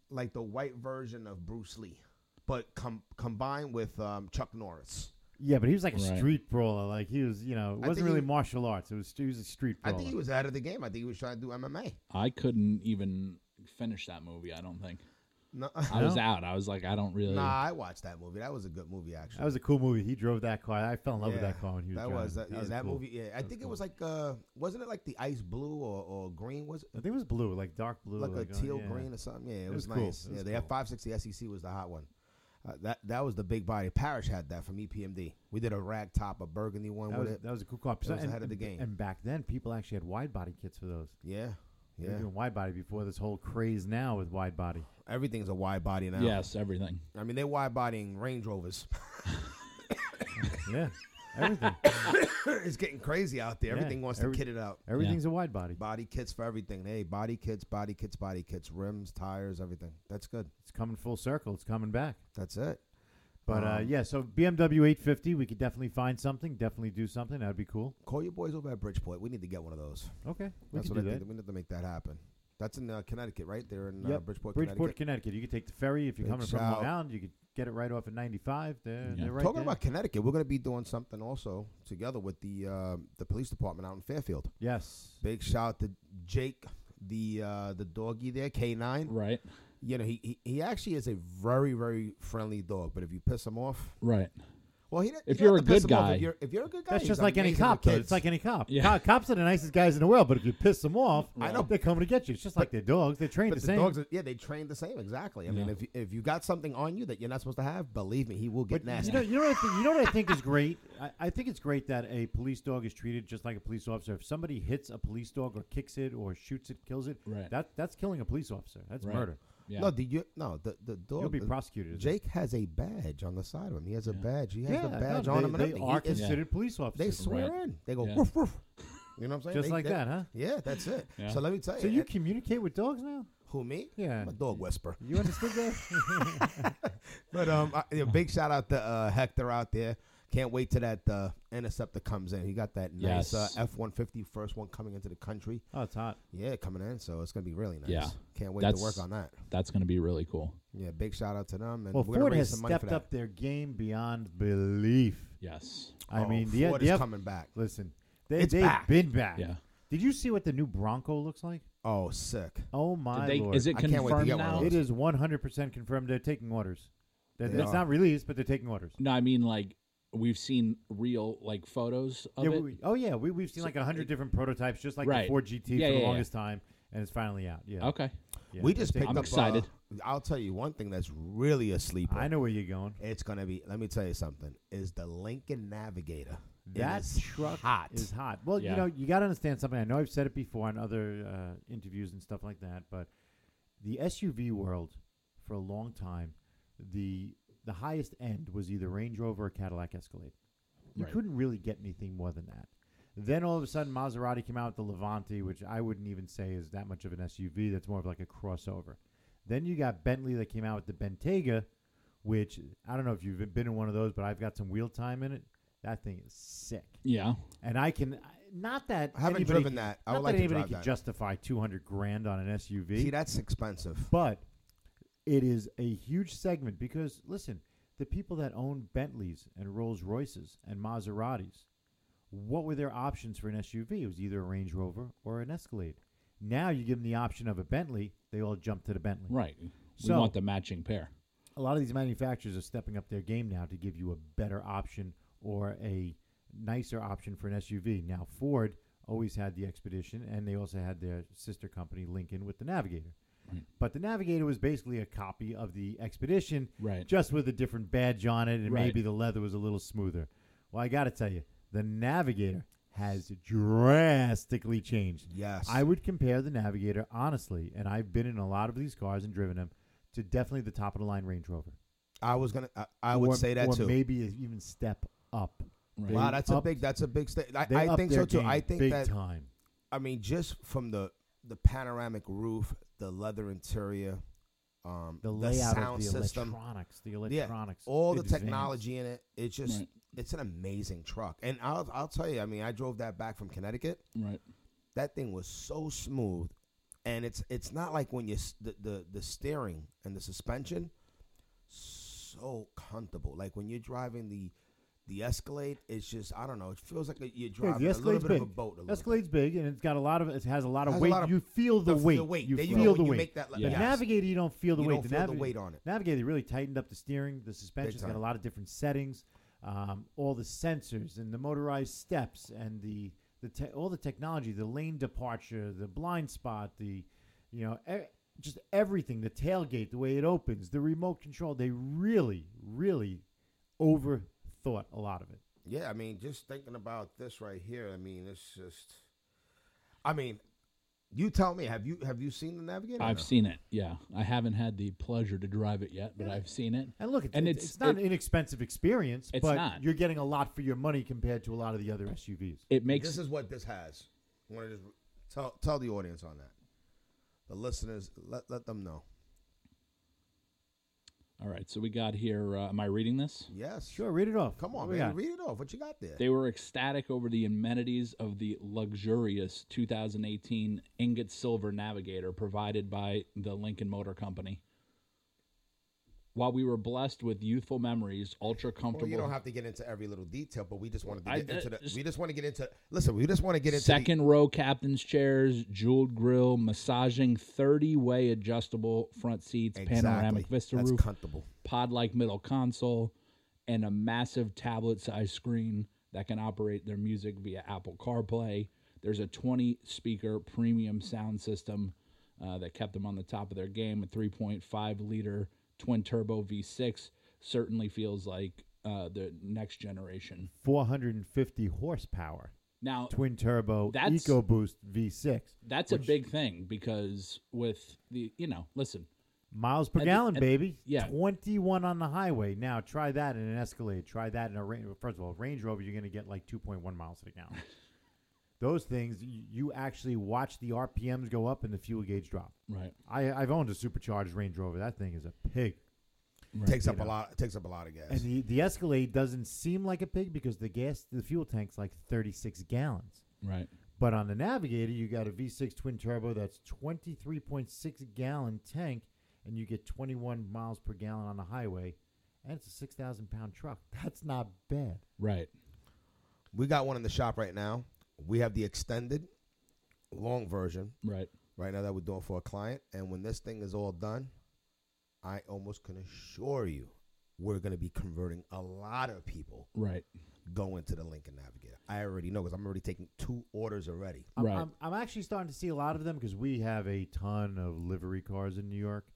Speaker 2: like the white version of Bruce Lee, but com- combined with um, Chuck Norris.
Speaker 4: Yeah, but he was like a
Speaker 3: Right.
Speaker 4: street brawler. Like he was, you know, it
Speaker 2: think
Speaker 4: wasn't
Speaker 2: he
Speaker 4: really
Speaker 2: was-
Speaker 4: martial arts. It was he was a street
Speaker 2: I
Speaker 4: brawler.
Speaker 2: think he was out of the game. I think he was trying to do MMA.
Speaker 3: I couldn't even finish that movie, I don't think.
Speaker 2: No,
Speaker 3: I was out. I was like, I don't really.
Speaker 2: nah, I watched that movie. That was a good movie, actually.
Speaker 4: that was a cool movie. He drove that car. I fell in love with
Speaker 2: Yeah,
Speaker 4: that car when he was
Speaker 2: that
Speaker 4: driving.
Speaker 2: was that, yeah, that
Speaker 4: cool.
Speaker 2: movie. Yeah, I think it was like uh, wasn't it like the ice blue or, or green? Was
Speaker 4: I
Speaker 2: it
Speaker 4: think it was blue, like dark blue,
Speaker 2: like, a
Speaker 4: uh,
Speaker 2: teal
Speaker 4: yeah.
Speaker 2: green or something? Yeah, it, was,
Speaker 4: was cool.
Speaker 2: nice.
Speaker 4: It was
Speaker 2: yeah, they had
Speaker 4: cool.
Speaker 2: 560 SEC E was the hot one. Uh, that that was the big body. Parish had that from E EPMD. We did a rag top, a burgundy one
Speaker 4: That
Speaker 2: with
Speaker 4: was,
Speaker 2: it.
Speaker 4: that was a cool car.
Speaker 2: That was ahead of the game.
Speaker 4: And back then, people actually had wide body kits for those.
Speaker 2: yeah,
Speaker 4: They were
Speaker 2: yeah.
Speaker 4: doing wide body before this whole craze now with wide body.
Speaker 2: Everything's a wide body now.
Speaker 3: Yes, everything.
Speaker 2: I mean they're wide bodying Range Rovers.
Speaker 4: Yeah, everything.
Speaker 2: it's getting crazy out there.
Speaker 4: Yeah,
Speaker 2: Everything wants
Speaker 4: every-
Speaker 2: to kit it out.
Speaker 4: Everything's a wide body.
Speaker 2: Body kits for everything. Hey, body kits, body kits, body kits, rims, tires, everything. That's good.
Speaker 4: It's coming full circle. It's coming back.
Speaker 2: That's it.
Speaker 4: But uh,
Speaker 2: Um,
Speaker 4: yeah, so BMW 850, we could definitely find something. Definitely do something. That'd be cool.
Speaker 2: Call your boys over at Bridgeport. We need to get one of those.
Speaker 4: Okay, we
Speaker 2: That's
Speaker 4: can
Speaker 2: what I
Speaker 4: do that.
Speaker 2: think. We need to make that happen. That's in uh, Connecticut, right? They're in uh,
Speaker 4: Yep,
Speaker 2: Bridgeport,
Speaker 4: Bridgeport,
Speaker 2: Connecticut.
Speaker 4: Connecticut. You could take the ferry if you're
Speaker 2: Big
Speaker 4: coming from Long
Speaker 2: shout.
Speaker 4: Island. You could get it right off at 95. They're,
Speaker 3: Yeah.
Speaker 4: they're right
Speaker 2: Talking
Speaker 4: there.
Speaker 2: about Connecticut, we're going to be doing something also together with the uh, the police department out in Fairfield.
Speaker 4: yes,
Speaker 2: Big shout out to Jake, the uh, the doggy there, K nine.
Speaker 3: Right.
Speaker 2: You know, he, he he actually is a very very friendly dog. But if you piss him off,
Speaker 3: Right.
Speaker 2: well, he don't-
Speaker 3: If
Speaker 2: you don't
Speaker 3: you're
Speaker 2: have
Speaker 3: a
Speaker 2: to piss
Speaker 3: good
Speaker 2: him off.
Speaker 3: guy.
Speaker 2: if you're, if you're a good guy,
Speaker 4: that's
Speaker 2: he's
Speaker 4: just like any
Speaker 2: amazing with
Speaker 4: cop. Though.
Speaker 2: kids.
Speaker 4: It's like any cop.
Speaker 3: Yeah.
Speaker 4: Co- cops are the nicest guys in the world, but if you piss them off,
Speaker 2: I know.
Speaker 4: they're coming to get you. It's just like their dogs. They're trained
Speaker 2: But
Speaker 4: the,
Speaker 2: the
Speaker 4: same.
Speaker 2: dogs, are, yeah, they train the same exactly. I mean,
Speaker 3: Yeah.
Speaker 2: if you- if you got something on you that you're not supposed to have, believe me, he will get
Speaker 4: But
Speaker 2: nasty.
Speaker 4: you know, you know what I think. You know what I think is great. I, I think it's great that a police dog is treated just like a police officer. If somebody hits a police dog or kicks it or shoots it, kills it,
Speaker 3: Right.
Speaker 4: that that's killing a police officer. That's
Speaker 3: Right.
Speaker 4: murder.
Speaker 3: Yeah.
Speaker 2: No, the you, no the the dog.
Speaker 4: You'll be
Speaker 2: the-
Speaker 4: prosecuted.
Speaker 2: Jake has a badge on the side of him. He has a badge. He has
Speaker 4: yeah,
Speaker 2: the
Speaker 4: no,
Speaker 2: badge
Speaker 4: they,
Speaker 2: on him. and
Speaker 4: They
Speaker 2: everything. He
Speaker 4: are
Speaker 2: is-
Speaker 4: considered police officers.
Speaker 2: They swear
Speaker 3: Right.
Speaker 2: in. They go
Speaker 3: Yeah.
Speaker 2: woof woof. You know what I'm saying?
Speaker 4: Just
Speaker 2: They-
Speaker 4: like
Speaker 2: they-
Speaker 4: that, huh?
Speaker 2: Yeah, that's it.
Speaker 3: Yeah.
Speaker 2: So let me tell you.
Speaker 4: So you
Speaker 2: it-
Speaker 4: communicate with dogs now?
Speaker 2: who me?
Speaker 4: Yeah.
Speaker 2: I'm a dog whisperer.
Speaker 4: You understood that?
Speaker 2: But um, I, yeah, big shout out to uh, Hector out there. Can't wait till that uh, interceptor comes in. He got that nice
Speaker 3: Yes.
Speaker 2: uh, F-150 first one coming into the country.
Speaker 4: oh, it's hot.
Speaker 2: Yeah, coming in. So it's gonna be really nice.
Speaker 3: Yeah.
Speaker 2: Can't wait
Speaker 3: That's-
Speaker 2: to work on that.
Speaker 3: That's going to be really cool.
Speaker 2: Yeah, big shout out to them. And
Speaker 4: Well,
Speaker 2: we're gonna
Speaker 4: Ford
Speaker 2: raise
Speaker 4: has
Speaker 2: some money for
Speaker 4: stepped
Speaker 2: that.
Speaker 4: up their game beyond belief.
Speaker 3: Yes.
Speaker 4: I
Speaker 2: Oh,
Speaker 4: mean, the,
Speaker 2: Ford
Speaker 4: the
Speaker 2: is
Speaker 4: F-
Speaker 2: coming back.
Speaker 4: Listen, they,
Speaker 2: It's
Speaker 4: they've
Speaker 2: back.
Speaker 4: been back.
Speaker 3: Yeah.
Speaker 4: Did you see what the new Bronco looks like?
Speaker 2: Oh, sick.
Speaker 4: Oh my
Speaker 3: Did they,
Speaker 4: lord!
Speaker 3: is it
Speaker 2: I can't wait to
Speaker 3: confirmed
Speaker 2: get one of
Speaker 3: now?
Speaker 2: those.
Speaker 4: It is 100% confirmed. They're taking orders. They're,
Speaker 2: They
Speaker 4: it's
Speaker 2: are.
Speaker 4: not released, but they're taking orders.
Speaker 3: No, I mean like we've seen real like photos of
Speaker 4: Yeah,
Speaker 3: it.
Speaker 4: we, we- oh yeah, we we've seen like like 100 different prototypes, just like
Speaker 3: Right.
Speaker 4: the Ford GT
Speaker 3: Yeah,
Speaker 4: for
Speaker 3: yeah,
Speaker 4: the
Speaker 3: yeah.
Speaker 4: longest time, and it's finally out. Yeah.
Speaker 3: okay.
Speaker 4: Yeah,
Speaker 2: we
Speaker 4: they're
Speaker 2: just
Speaker 4: taking-
Speaker 2: picked
Speaker 3: I'm
Speaker 2: up.
Speaker 3: excited.
Speaker 2: uh, I'll tell you one thing that's really a sleeper.
Speaker 4: I know where you're going.
Speaker 2: It's gonna be. Let me tell you something. Is the Lincoln Navigator? It
Speaker 4: That
Speaker 2: is
Speaker 4: truck
Speaker 2: hot.
Speaker 4: is hot. Well,
Speaker 3: Yeah.
Speaker 4: you know, you got to understand something. I know I've said it before on other uh, interviews and stuff like that, but the SUV world for a long time, the the highest end was either Range Rover or Cadillac Escalade. You
Speaker 3: Right.
Speaker 4: couldn't really get anything more than that. Then all of a sudden, Maserati came out with the Levante, which I wouldn't even say is that much of an SUV. That's more of like a crossover. Then you got Bentley that came out with the Bentayga, which I don't know if you've been in one of those, but I've got some wheel time in it. That thing is sick,
Speaker 3: Yeah.
Speaker 4: and I can not that
Speaker 2: I haven't
Speaker 4: anybody
Speaker 2: driven
Speaker 4: can-
Speaker 2: that. I
Speaker 4: not
Speaker 2: would like
Speaker 4: that
Speaker 2: to
Speaker 4: anybody
Speaker 2: drive
Speaker 4: can
Speaker 2: that.
Speaker 4: justify two hundred grand on an SUV
Speaker 2: See, that's expensive.
Speaker 4: but it is a huge segment because listen, the people that own Bentleys and Rolls Royces and Maseratis, what were their options for an SUV? It was either a Range Rover or an Escalade. Now you give them the option of a Bentley, they all jump to the Bentley.
Speaker 3: Right. we
Speaker 4: So-
Speaker 3: want the matching pair.
Speaker 4: A lot of these manufacturers are stepping up their game now to give you a better option or a nicer option for an SUV. Now Ford always had the Expedition and they also had their sister company Lincoln with the Navigator.
Speaker 3: Hmm.
Speaker 4: But the Navigator was basically a copy of the Expedition,
Speaker 3: Right.
Speaker 4: Just with a different badge on it, and
Speaker 3: Right.
Speaker 4: maybe the leather was a little smoother. Well, I got to tell you, the Navigator has drastically changed.
Speaker 2: Yes.
Speaker 4: I would compare the Navigator honestly, and I've been in a lot of these cars and driven them to definitely the top of the line Range Rover.
Speaker 2: I was gonna. I, I would
Speaker 4: Or-
Speaker 2: say that
Speaker 4: or
Speaker 2: too.
Speaker 4: Maybe even step up. They
Speaker 2: Wow, that's a
Speaker 4: upped-
Speaker 2: big that's a big state. I,
Speaker 4: they
Speaker 2: I
Speaker 4: upped
Speaker 2: think
Speaker 4: their
Speaker 2: so too.
Speaker 4: game
Speaker 2: I think
Speaker 4: big
Speaker 2: that
Speaker 4: time.
Speaker 2: I mean just from the the panoramic roof, the leather interior, um,
Speaker 4: The layout
Speaker 2: sound
Speaker 4: of the
Speaker 2: system,
Speaker 4: electronics, the
Speaker 2: yeah,
Speaker 4: electronics,
Speaker 2: all the
Speaker 4: advanced.
Speaker 2: technology in it. It's just
Speaker 3: Right.
Speaker 2: it's an amazing truck. And I'll I'll tell you, I mean, I drove that back from Connecticut.
Speaker 3: Right.
Speaker 2: That thing was so smooth, and it's it's not like when you s- the the, the steering and the suspension so comfortable. Like when you're driving the the Escalade, it's just I don't know. It feels like you're
Speaker 4: Yeah,
Speaker 2: driving a little bit
Speaker 4: big.
Speaker 2: of a boat. A little bit.
Speaker 4: Escalade's big, and it's got a lot of. It has a lot of
Speaker 2: Has a
Speaker 4: weight.
Speaker 2: lot of-
Speaker 4: you feel the,
Speaker 2: the- the
Speaker 4: weight.
Speaker 2: weight.
Speaker 4: You
Speaker 2: There you
Speaker 4: feel
Speaker 2: go,
Speaker 4: the
Speaker 2: when you
Speaker 4: weight.
Speaker 2: make that le-
Speaker 4: The
Speaker 3: yes.
Speaker 4: Navigator, you don't feel the
Speaker 2: You
Speaker 4: weight.
Speaker 2: don't feel the
Speaker 4: Navi-
Speaker 2: weight on it.
Speaker 4: Navigator really tightened up the steering. The suspension's got
Speaker 2: time.
Speaker 4: a lot of different settings. Um, all the sensors and the motorized steps and the the te- all the technology, the lane departure, the blind spot, the you know e- just everything. The tailgate, the way it opens, the remote control. They really, really overthought a lot of it.
Speaker 2: Yeah, I mean, just thinking about this right here. I mean, it's just. I mean, you tell me. Have you have you seen the Navigator? or
Speaker 3: I've
Speaker 2: no?
Speaker 3: seen it. Yeah, I haven't had the pleasure to drive it yet, but I've seen it.
Speaker 4: And look, it's,
Speaker 3: and
Speaker 4: it's, it's not
Speaker 3: it-
Speaker 4: an inexpensive experience,
Speaker 3: It's
Speaker 4: but
Speaker 3: not.
Speaker 4: you're getting a lot for your money compared to a lot of the other SUVs.
Speaker 3: It
Speaker 2: This
Speaker 3: makes
Speaker 2: is what this has. I want to just tell tell the audience on that. The listeners, let let them know.
Speaker 3: all right. So we got here. Uh, am I reading this?
Speaker 2: Yes,
Speaker 4: Sure, read it off.
Speaker 2: Come on,
Speaker 4: What we
Speaker 2: man.
Speaker 4: got?
Speaker 2: Read it off. What you got there?
Speaker 3: They were ecstatic over the amenities of the luxurious 2018 ingot silver Navigator provided by the Lincoln Motor Company. While we were blessed with youthful memories, ultra
Speaker 2: well,
Speaker 3: comfortable.
Speaker 2: you don't have to get into every little detail, but we just wanted to
Speaker 3: I-
Speaker 2: get into the.
Speaker 3: uh, just-
Speaker 2: we just want to get into. Listen, we just want to get into. the-
Speaker 3: Second row captain's chairs, jeweled grill, massaging 30 way adjustable front seats,
Speaker 2: exactly.
Speaker 3: panoramic vista
Speaker 2: That's
Speaker 3: roof,
Speaker 2: comfortable.
Speaker 3: pod like middle console, and a massive tablet sized screen that can operate their music via Apple CarPlay. There's a 20 speaker premium sound system uh, that kept them on the top of their game. A 3.5 liter twin turbo V6 certainly feels like uh, the next generation.
Speaker 4: 450 horsepower,
Speaker 3: Now,
Speaker 4: twin turbo,
Speaker 3: That's-
Speaker 4: EcoBoost V6,
Speaker 3: that's a big thing because with the, you know, listen,
Speaker 4: miles per
Speaker 3: And the-
Speaker 4: gallon,
Speaker 3: and-
Speaker 4: baby.
Speaker 3: yeah.
Speaker 4: 21 on the highway. Now try that in an Escalade. Try that in a Range. First of all, Range Rover, you're going to get like 2.1 miles to the gallon. Those things, y- you actually watch the RPMs go up and the fuel gauge drop.
Speaker 3: right.
Speaker 4: I, I've owned a supercharged Range Rover. That thing is a pig.
Speaker 2: Takes up a lot. Takes up a lot of gas.
Speaker 4: And the, the Escalade doesn't seem like a pig because the gas, the fuel tank's like 36 gallons.
Speaker 3: Right.
Speaker 4: But on the Navigator, you got a V6 twin turbo that's 23.6 gallon tank, and you get 21 miles per gallon on the highway, and it's a 6,000 pound truck. That's not bad.
Speaker 3: Right.
Speaker 2: We got one in the shop right now. We have the extended, long version
Speaker 3: Right.
Speaker 2: right now that we're doing for a client. And when this thing is all done, I almost can assure you we're going to be converting a lot of people
Speaker 3: Right.
Speaker 2: going to the Lincoln Navigator. I already know because I'm already taking two orders already.
Speaker 4: I'm,
Speaker 3: Right.
Speaker 4: I'm, I'm actually starting to see a lot of them because we have a ton of livery cars in New York.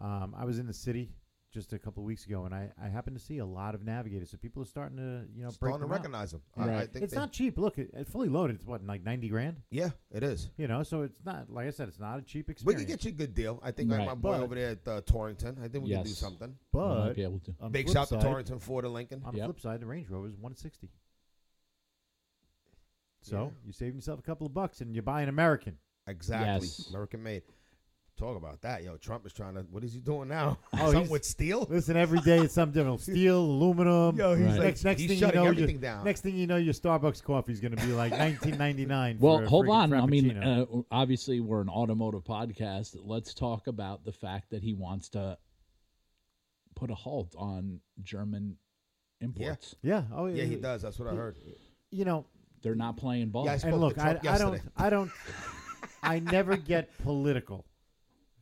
Speaker 4: Um, I was in the city just a couple of weeks ago, and I, I happened to see a lot of Navigators. So people are starting to, you know, break
Speaker 2: Starting to
Speaker 4: them out.
Speaker 2: recognize them. I, I
Speaker 3: Right.
Speaker 2: think
Speaker 4: it's
Speaker 2: they-
Speaker 4: not cheap. Look, it, it fully loaded. It's what like ninety grand.
Speaker 2: Yeah, it is.
Speaker 4: You know, so it's not like I said. It's not a cheap
Speaker 2: We
Speaker 4: experience.
Speaker 2: can get you a good deal. I think like
Speaker 3: Right.
Speaker 2: my boy
Speaker 4: But-
Speaker 2: over there at uh, Torrington. I think we can do
Speaker 3: Yes.
Speaker 2: something.
Speaker 3: We might
Speaker 4: but
Speaker 3: be able to.
Speaker 4: on
Speaker 2: Big
Speaker 4: flip
Speaker 2: shout to
Speaker 4: side- uh,
Speaker 2: Torrington, Florida, Lincoln.
Speaker 4: On the
Speaker 3: Yep.
Speaker 4: flip side, the Range Rover is one sixty. So
Speaker 2: Yeah.
Speaker 4: you save yourself a couple of bucks, and you buy an American.
Speaker 2: Exactly.
Speaker 3: Yes.
Speaker 2: American made. Talk about that, yo. Trump is trying to. What is he doing now?
Speaker 4: Oh,
Speaker 2: Something
Speaker 4: he's-
Speaker 2: with steel?
Speaker 4: Listen, every day it's something different. Steel, aluminum.
Speaker 2: Yo, he's
Speaker 3: Right.
Speaker 2: like,
Speaker 4: next, next
Speaker 2: he's
Speaker 4: thing you
Speaker 2: shutting
Speaker 4: know,
Speaker 2: everything
Speaker 4: your,
Speaker 2: down.
Speaker 4: Next thing you know, your Starbucks coffee is going to be like nineteen ninety nine.
Speaker 3: Well, hold on. I mean, uh, obviously, we're an automotive podcast. Let's talk about the fact that he wants to put a halt on German imports.
Speaker 4: yeah. Oh,
Speaker 2: yeah, he does. That's what I heard.
Speaker 4: You know,
Speaker 3: They're not playing ball.
Speaker 2: Yeah, I spoke
Speaker 4: and
Speaker 2: to
Speaker 4: look, I,
Speaker 2: Trump
Speaker 4: I don't,
Speaker 2: yesterday.
Speaker 4: I don't, I never get political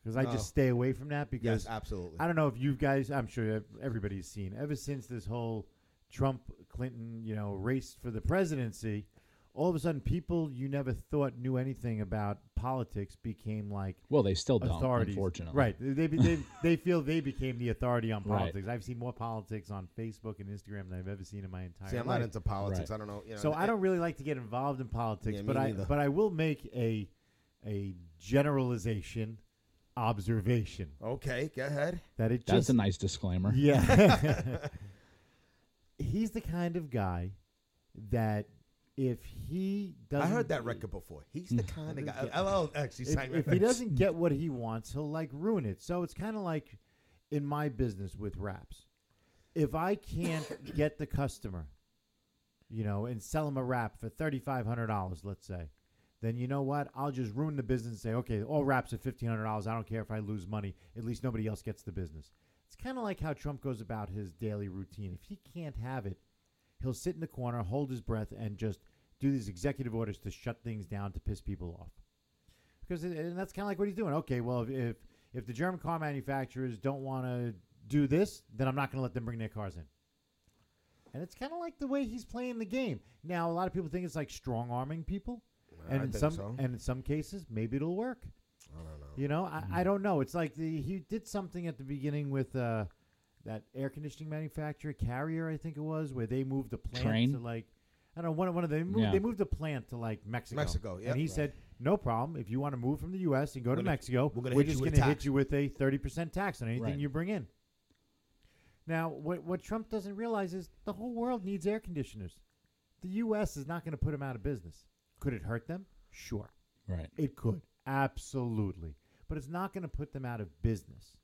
Speaker 4: because I
Speaker 2: No.
Speaker 4: just stay away from that because
Speaker 2: Yes, absolutely.
Speaker 4: I don't know if you guys, I'm sure ev- everybody's seen ever since this whole Trump Clinton, you know, race for the presidency, all of a sudden people you never thought knew anything about politics became like
Speaker 3: well, they still don't,
Speaker 4: authorities.
Speaker 3: unfortunately.
Speaker 4: Right. They, be- they, they feel they became the authority on
Speaker 3: Right.
Speaker 4: politics. I've seen more politics on Facebook and Instagram than I've ever seen in my entire
Speaker 2: See, I'm
Speaker 4: life.
Speaker 2: not into politics.
Speaker 3: Right.
Speaker 2: I don't know. You know
Speaker 4: So I
Speaker 2: it-
Speaker 4: don't really like to get involved in
Speaker 2: e
Speaker 4: politics,
Speaker 2: Yeah, me
Speaker 4: but I
Speaker 2: neither.
Speaker 4: but I will make a a generalization observation
Speaker 2: Okay, go ahead.
Speaker 4: that it
Speaker 3: That's
Speaker 4: just
Speaker 3: a nice disclaimer.
Speaker 4: yeah. He's the kind of guy that if he doesn't,
Speaker 2: I heard that record before. He's the kind of guy.
Speaker 4: Yeah.
Speaker 2: LLX. He's
Speaker 4: If, if he doesn't get what he wants, he'll like ruin it. So it's kind of like in my business with raps. If I can't get the customer, you know, and sell him a rap for thirty five hundred dollars, let's say, then you know what? I'll just ruin the business and say, okay, all raps are fifteen hundred dollars. I don't care if I lose money. At least nobody else gets the business. It's kind of like how Trump goes about his daily routine. If he can't have it, he'll sit in the corner, hold his breath, and just do these executive orders to shut things down to piss people off. Because it, and that's kind of like what he's doing. Okay, well if if, if the German car manufacturers don't want to do this, then I'm not going to let them bring their cars in. And it's kind of like the way he's playing the game. Now, a lot of people think it's like strong arming people, and
Speaker 2: I
Speaker 4: in
Speaker 2: think
Speaker 4: some
Speaker 2: so.
Speaker 4: and in some cases, maybe it'll work.
Speaker 2: I don't know.
Speaker 4: You know, I,
Speaker 3: Mm-hmm.
Speaker 4: I don't know. It's like the, he did something at the beginning with uh, that air conditioning manufacturer, Carrier, I think it was, where they moved the plant
Speaker 3: Train?
Speaker 4: to like I don't know one one of them. Moved,
Speaker 3: Yeah.
Speaker 4: They moved the plant to like Mexico.
Speaker 2: Mexico, yep.
Speaker 4: And he
Speaker 2: Right.
Speaker 4: said, "No problem. If you want to move from the U.S. and go to
Speaker 2: gonna-
Speaker 4: Mexico,
Speaker 2: we're
Speaker 4: we're,
Speaker 2: gonna hit
Speaker 4: just
Speaker 2: you with
Speaker 4: going
Speaker 2: a
Speaker 4: to hit
Speaker 2: tax."
Speaker 4: you with a thirty percent tax on anything
Speaker 3: Right.
Speaker 4: you bring in." Now, what what Trump doesn't realize is the whole world needs air conditioners. The U.S. is not going to put them out of business. Could it hurt them? Sure.
Speaker 3: Right.
Speaker 4: It could. Absolutely. But it's not going to put them out of business.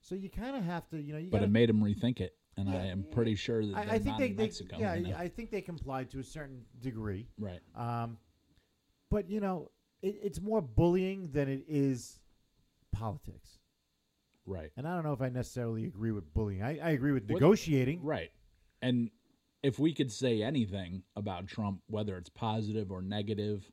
Speaker 4: So you kind of have to, you know, you
Speaker 3: But
Speaker 4: gotta,
Speaker 3: it made him rethink it, and I am pretty sure that
Speaker 4: I,
Speaker 3: they're
Speaker 4: I think
Speaker 3: not
Speaker 4: they,
Speaker 3: in
Speaker 4: they
Speaker 3: Mexico.
Speaker 4: yeah,
Speaker 3: you know?
Speaker 4: I think they complied to a certain degree.
Speaker 3: right.
Speaker 4: Um, but you know, it, it's more bullying than it is politics.
Speaker 3: Right.
Speaker 4: And I don't know if I necessarily agree with bullying. I, I agree with
Speaker 3: What-
Speaker 4: negotiating.
Speaker 3: Right. And if we could say anything about Trump, whether it's positive or negative,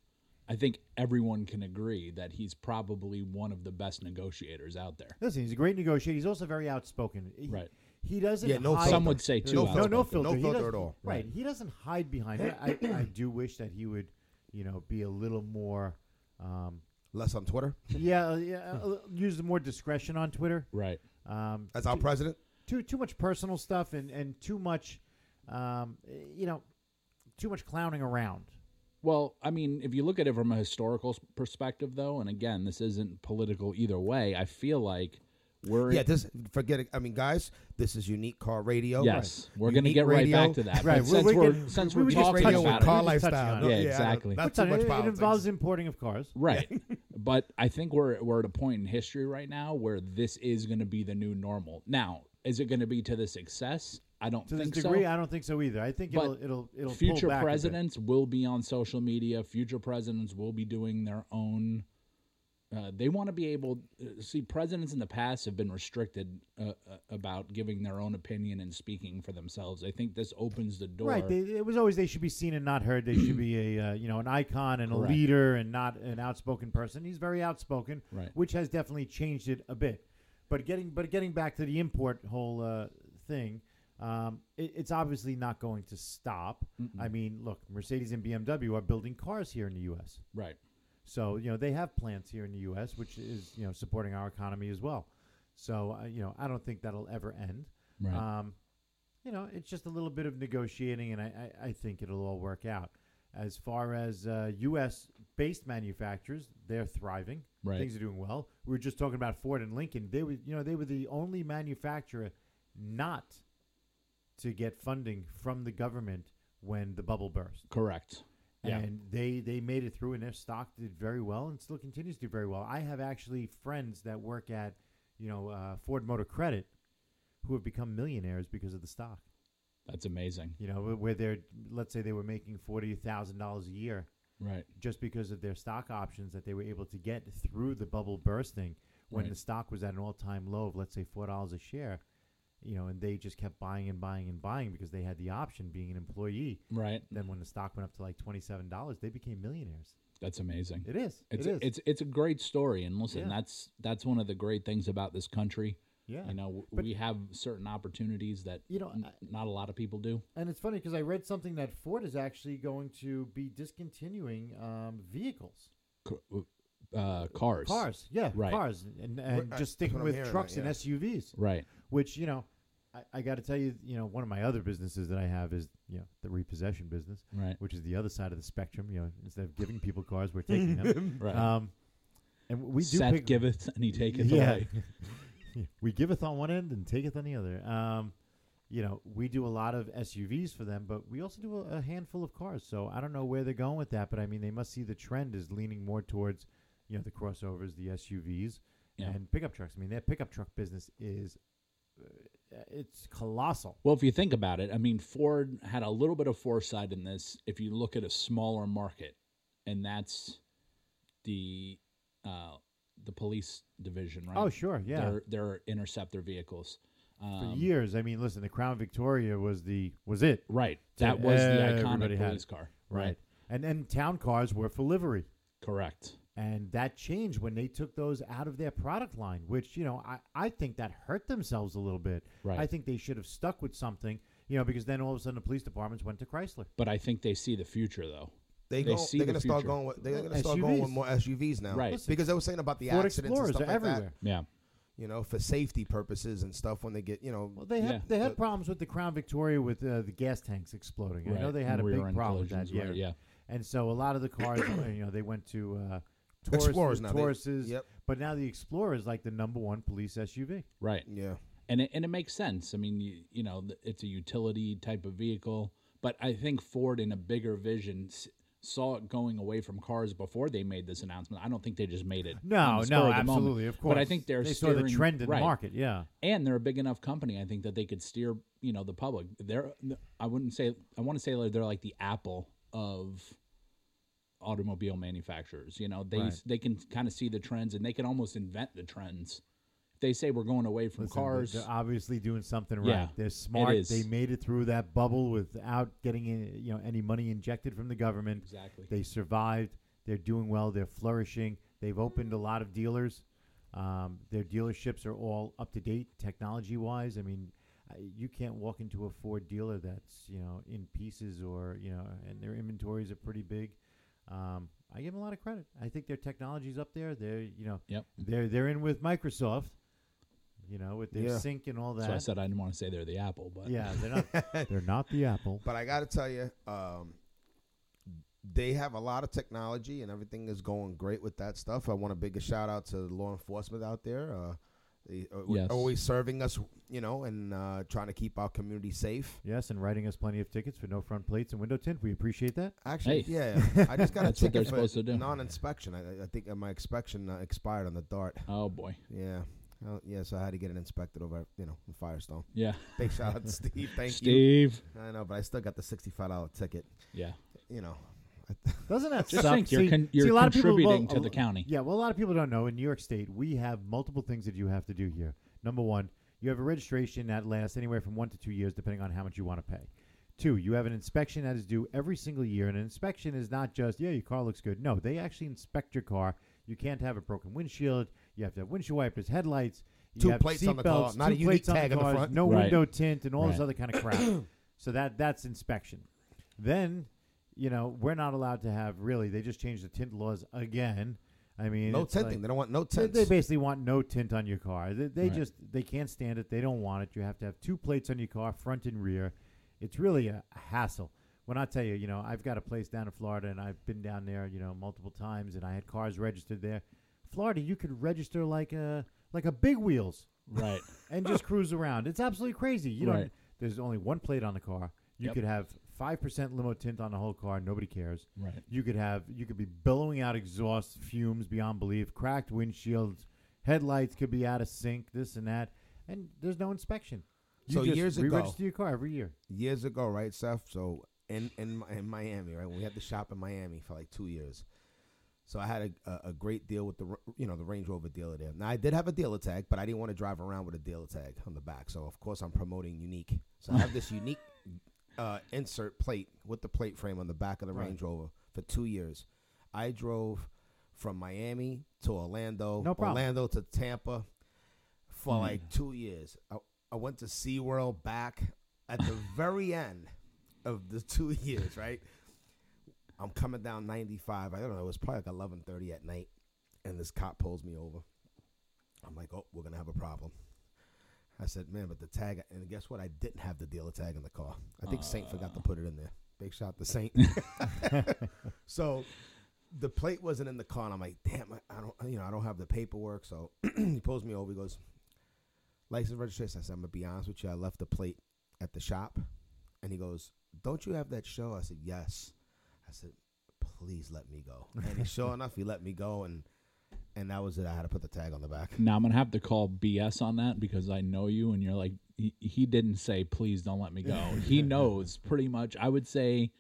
Speaker 3: I think everyone can agree that he's probably one of the best negotiators out there.
Speaker 4: Listen, he's a great negotiator. He's also very outspoken. He,
Speaker 3: Right.
Speaker 4: He doesn't.
Speaker 2: Yeah, no
Speaker 4: hide-
Speaker 2: filter.
Speaker 3: Some would say too
Speaker 4: no, no, no
Speaker 2: outspoken.
Speaker 4: filter.
Speaker 2: No
Speaker 4: He
Speaker 2: filter
Speaker 4: doesn't-
Speaker 2: at all.
Speaker 4: Right. He doesn't hide behind it. I, I do wish that he would, you know, be a little more. Um,
Speaker 2: Less on Twitter.
Speaker 4: yeah, yeah. uh, Use more discretion on Twitter.
Speaker 3: Right.
Speaker 4: Um,
Speaker 2: As our president.
Speaker 4: too too much personal stuff and and too much, um, you know, too much clowning around.
Speaker 3: Well, I mean, if you look at it from a historical s- perspective, though, and again, this isn't political either way, I feel like we're.
Speaker 2: Yeah, this forget it. I mean, guys, this is unique car radio.
Speaker 3: Yes, we're going to
Speaker 2: Unique
Speaker 3: get right
Speaker 2: radio.
Speaker 3: back to that.
Speaker 4: Right,
Speaker 3: But
Speaker 4: we-
Speaker 3: since
Speaker 4: we
Speaker 3: we're,
Speaker 4: can-
Speaker 3: since
Speaker 4: we
Speaker 3: we're
Speaker 4: would
Speaker 2: Unique
Speaker 4: just
Speaker 3: talking
Speaker 2: radio
Speaker 4: touched
Speaker 2: with car
Speaker 3: about it,
Speaker 4: We just touched
Speaker 2: lifestyle.
Speaker 4: on
Speaker 2: No,
Speaker 3: it. Yeah,
Speaker 2: I don't-
Speaker 3: exactly.
Speaker 2: Not
Speaker 4: What's
Speaker 2: too
Speaker 4: on-
Speaker 2: much
Speaker 4: it, it
Speaker 2: politics.
Speaker 4: involves importing of cars.
Speaker 3: Right. but I think we're we're at a point in history right now where this is going to be the new normal. Now, is it going to be to the success? I don't
Speaker 4: To this
Speaker 3: think
Speaker 4: degree,
Speaker 3: so.
Speaker 4: I don't think so either. I think
Speaker 3: But
Speaker 4: it'll it'll it'll pull
Speaker 3: future
Speaker 4: back a bit.
Speaker 3: presidents will be on social media. Future presidents will be doing their own. Uh, they want to be able. Uh, see, presidents in the past have been restricted uh, uh, about giving their own opinion and speaking for themselves. I think this opens the door.
Speaker 4: Right. They, it was always they should be seen and not heard. They should be a uh, you know an icon and
Speaker 3: Correct.
Speaker 4: a leader and not an outspoken person. He's very outspoken,
Speaker 3: Right.
Speaker 4: which has definitely changed it a bit. But getting but getting back to the import whole uh, thing, um, it, it's obviously not going to stop. I mean, look, Mercedes and BMW are building cars here in the U.S.
Speaker 3: right.
Speaker 4: So you know they have plants here in the U.S., which is you know supporting our economy as well. So uh, you know I don't think that'll ever end.
Speaker 3: Right.
Speaker 4: Um, you know it's just a little bit of negotiating, and I, I, I think it'll all work out. As far as uh, U.S. based manufacturers, they're thriving.
Speaker 3: Right.
Speaker 4: Things are doing well. We were just talking about Ford and Lincoln. They were you know they were the only manufacturer not to get funding from the government when the bubble burst
Speaker 3: Correct. Yeah.
Speaker 4: and they they made it through and their stock did very well and still continues to do very well i have actually friends that work at you know uh, ford motor credit who have become millionaires because of the stock
Speaker 3: That's amazing.
Speaker 4: you know where- where they're let's say they were making $40000 a year
Speaker 3: Right.
Speaker 4: just because of their stock options that they were able to get through the bubble bursting when
Speaker 3: Right.
Speaker 4: the stock was at an all-time low of let's say $4 a share you know and they just kept buying and buying and buying because they had the option being an employee
Speaker 3: Right.
Speaker 4: then when the stock went up to like $27 they became millionaires
Speaker 3: That's amazing.
Speaker 4: it is.
Speaker 3: It's
Speaker 4: it is.
Speaker 3: it's it's a great story, and listen,
Speaker 4: Yeah.
Speaker 3: that's that's one of the great things about this country.
Speaker 4: Yeah.
Speaker 3: you know, w-
Speaker 4: But-
Speaker 3: we have certain opportunities that
Speaker 4: You know,
Speaker 3: n-
Speaker 4: I-
Speaker 3: not a lot of people do.
Speaker 4: and it's funny because I read something that Ford is actually going to be discontinuing um, vehicles,
Speaker 3: C- Uh, cars,
Speaker 4: cars. Yeah,
Speaker 3: Right.
Speaker 4: cars, and, and
Speaker 2: Right,
Speaker 4: just
Speaker 2: that's what
Speaker 4: sticking
Speaker 2: I'm
Speaker 4: with
Speaker 2: hearing,
Speaker 4: trucks and
Speaker 2: yeah.
Speaker 4: SUVs.
Speaker 3: right?
Speaker 4: Which you know, I, I got to tell you, you know, one of my other businesses that I have is you know the repossession business,
Speaker 3: Right.
Speaker 4: Which is the other side of the spectrum. You know, instead of giving people cars, we're taking them.
Speaker 3: Right.
Speaker 4: Um, and we do
Speaker 3: Seth
Speaker 4: pick,
Speaker 3: giveth and he taketh away.
Speaker 4: we giveth on one end and taketh on the other. Um, you know, we do a lot of SUVs for them, but we also do a, a handful of cars. So I don't know where they're going with that, but I mean, they must see the trend is leaning more towards, you know, the crossovers, the SUVs,
Speaker 3: Yeah.
Speaker 4: and pickup trucks. I mean, their pickup truck business is uh, it's colossal.
Speaker 3: Well, if you think about it, I mean, Ford had a little bit of foresight in this. If you look at a smaller market, and that's the uh, the police division, right?
Speaker 4: Oh, sure, yeah.
Speaker 3: their, their interceptor vehicles.
Speaker 4: For
Speaker 3: Um,
Speaker 4: years, I mean, listen, the Crown Victoria was the was it
Speaker 3: Right, that was the
Speaker 4: Everybody
Speaker 3: iconic
Speaker 4: had
Speaker 3: police
Speaker 4: it.
Speaker 3: car.
Speaker 4: right? And and town cars were for livery.
Speaker 3: correct.
Speaker 4: And that changed when they took those out of their product line, which, you know, I, I think that hurt themselves a little bit.
Speaker 3: Right.
Speaker 4: I think they should have stuck with something, you know, because then all of a sudden the police departments went to Chrysler.
Speaker 3: But I think they see the future, though.
Speaker 2: They
Speaker 3: They
Speaker 2: go,
Speaker 3: see
Speaker 2: they're
Speaker 3: the
Speaker 2: gonna start
Speaker 3: future.
Speaker 2: going with they're gonna start going
Speaker 4: SUVs.
Speaker 2: with more SUVs now,
Speaker 3: Right. Listen,
Speaker 2: Because they were saying about the
Speaker 4: Ford
Speaker 2: accidents and
Speaker 4: Explorers are
Speaker 2: stuff like
Speaker 4: everywhere.
Speaker 3: Yeah,
Speaker 2: that, you know, for safety purposes and stuff when they get you know
Speaker 4: Well, they had
Speaker 3: Yeah.
Speaker 4: they had
Speaker 2: But-
Speaker 4: problems with the Crown Victoria with uh, the gas tanks exploding. I know
Speaker 3: Right.
Speaker 4: they had a
Speaker 3: Rear
Speaker 4: big
Speaker 3: end
Speaker 4: problem with that.
Speaker 3: collisions, right, yeah.
Speaker 4: And so a lot of the cars, uh, you know, they went to uh, Taurus,
Speaker 2: Explorers now, they-
Speaker 4: Tauruses.
Speaker 2: yep.
Speaker 4: But now the Explorer is like the number one police SUV.
Speaker 3: right.
Speaker 2: yeah.
Speaker 3: and it, and it makes sense. I mean, you, you know, th- it's a utility type of vehicle, but I think Ford, in a bigger vision, s- saw it going away from cars before they made this announcement. I don't think they just made it. on
Speaker 4: No,
Speaker 3: the spur
Speaker 4: no,
Speaker 3: of the moment.
Speaker 4: absolutely, of course.
Speaker 3: But I think they're
Speaker 4: they
Speaker 3: steering,
Speaker 4: saw the trend in
Speaker 3: right.
Speaker 4: the market. Yeah.
Speaker 3: and they're a big enough company. I think that they could steer, you know, the public. They're, I wouldn't say, I want to say like they're like the Apple of automobile manufacturers. You know, they
Speaker 4: Right.
Speaker 3: they can kind of see the trends and they can almost invent the trends. If they say we're going away from
Speaker 4: Listen, they-
Speaker 3: cars,
Speaker 4: They're obviously doing something right.
Speaker 3: Yeah,
Speaker 4: they're
Speaker 3: it
Speaker 4: smart.
Speaker 3: is.
Speaker 4: They made it through that bubble without getting any, you know any money injected from the government.
Speaker 3: Exactly.
Speaker 4: They survived. They're doing well. They're flourishing. They've opened a lot of dealers. Um, their dealerships are all up to date technology wise. I mean, I- you can't walk into a Ford dealer that's you know in pieces or you know, and their inventories are pretty big. Um, I give them a lot of credit. I think their technology's up there. They're you know
Speaker 3: Yep.
Speaker 4: they're they're in with Microsoft you know, with their
Speaker 2: Yeah.
Speaker 4: sync and all that.
Speaker 3: So I said I didn't want to say they're the Apple, but
Speaker 4: yeah, they're not they're not the Apple.
Speaker 2: But I got to tell you, um, they have a lot of technology, and everything is going great with that stuff. I want a big shout out to law enforcement out there. Uh, they are
Speaker 3: Yes.
Speaker 2: always serving us, you know, and uh, trying to keep our community safe.
Speaker 4: Yes, and writing us plenty of tickets for no front plates and window tint. We appreciate that.
Speaker 2: Actually,
Speaker 3: Hey.
Speaker 2: yeah, I just got a
Speaker 3: That's what
Speaker 2: ticket
Speaker 3: they're
Speaker 2: for
Speaker 3: supposed to do.
Speaker 2: non-inspection. I, I think my inspection uh, expired on the dart.
Speaker 3: oh boy,
Speaker 2: Yeah. Uh, yeah, so I had to get it inspected over, you know, in Firestone.
Speaker 3: yeah,
Speaker 2: Big shout out to Steve. Thank you.
Speaker 3: Steve,
Speaker 2: I know, but I still got the sixty-five dollar ticket.
Speaker 3: yeah,
Speaker 2: You know,
Speaker 4: Doesn't that
Speaker 3: Just
Speaker 4: suck?
Speaker 3: think, you're
Speaker 4: See-
Speaker 3: con-
Speaker 4: see,
Speaker 3: you're
Speaker 4: a lot of people-
Speaker 3: contributing
Speaker 4: well,
Speaker 3: to the
Speaker 4: a-
Speaker 3: county.
Speaker 4: Yeah, well, a lot of people don't know. In New York State, we have multiple things that you have to do here. Number one, you have a registration that lasts anywhere from one to two years, depending on how much you want to pay. Two, you have an inspection that is due every single year, and an inspection is not just yeah, your car looks good. No, they actually inspect your car. You can't have a broken windshield. You have to have windshield wipers, headlights. you
Speaker 2: Two
Speaker 4: have
Speaker 2: plates on the car,
Speaker 4: seatbelts,
Speaker 2: not a
Speaker 4: two
Speaker 2: unique
Speaker 4: plates on
Speaker 2: tag on the
Speaker 4: cars,
Speaker 2: front.
Speaker 4: No
Speaker 3: Right.
Speaker 4: window tint, and all this
Speaker 3: Right.
Speaker 4: other kind of crap. so that that's inspection. Then, you know, we're not allowed to have really. They just changed the tint laws again. I mean,
Speaker 2: no
Speaker 4: it's like-
Speaker 2: tinting. they don't want no
Speaker 4: they,
Speaker 2: tints.
Speaker 4: they basically want no tint on your car. They, they
Speaker 3: Right.
Speaker 4: just they can't stand it. They don't want it. You have to have two plates on your car, front and rear. It's really a hassle. When I tell you, you know, I've got a place down in Florida, and I've been down there, you know, multiple times, and I had cars registered there. Florida, you could register like a like a big wheels
Speaker 3: right,
Speaker 4: and just cruise around. It's absolutely crazy. You don't.
Speaker 3: Right.
Speaker 4: There's only one plate on the car. You
Speaker 3: Yep.
Speaker 4: could have five percent limo tint on the whole car. Nobody cares.
Speaker 3: Right.
Speaker 4: You could have. You could be billowing out exhaust fumes beyond belief. Cracked windshields. Headlights could be out of sync. This and that. And there's no inspection. You
Speaker 2: So
Speaker 4: just
Speaker 2: years ago-
Speaker 4: re-register your car every year.
Speaker 2: years ago, right, Seth? So in in Mi- in Miami, right? We had to shop in Miami for like two years. So I had a, a, a great deal with the r- you know the Range Rover dealer there. Now I did have a dealer tag, but I didn't want to drive around with a dealer tag on the back. So of course I'm promoting unique. So I have this unique uh, insert plate with the plate frame on the back of the
Speaker 4: Right.
Speaker 2: Range Rover for two years. I drove from Miami to Orlando,
Speaker 4: No problem.
Speaker 2: Orlando to Tampa for like two years. I, I went to SeaWorld back at the very end of the two years, right? I'm coming down 95. I don't know. It was probably like 11:30 at night, and this cop pulls me over. I'm like, "Oh, we're gonna have a problem." I said, "Man, but the tag." And guess what? I didn't have the dealer tag in the car. I think Saint forgot to put it in there. Big shout to Saint. so the plate wasn't in the car, and I'm like, "Damn, I, I don't, you know, I don't have the paperwork." So he pulls me over. He goes, "License registration." I said, "I'm gonna be honest with you. I left the plate at the shop, and he goes, "Don't you have that show?" I said, "Yes." I said, "Please let me go." And he, sure enough, he let me go, and and that was it. I had to put the tag on the back.
Speaker 3: Now I'm gonna have to call BS on that because I know you, and you're like, he, he didn't say, please don't let me go. he knows pretty much. I would say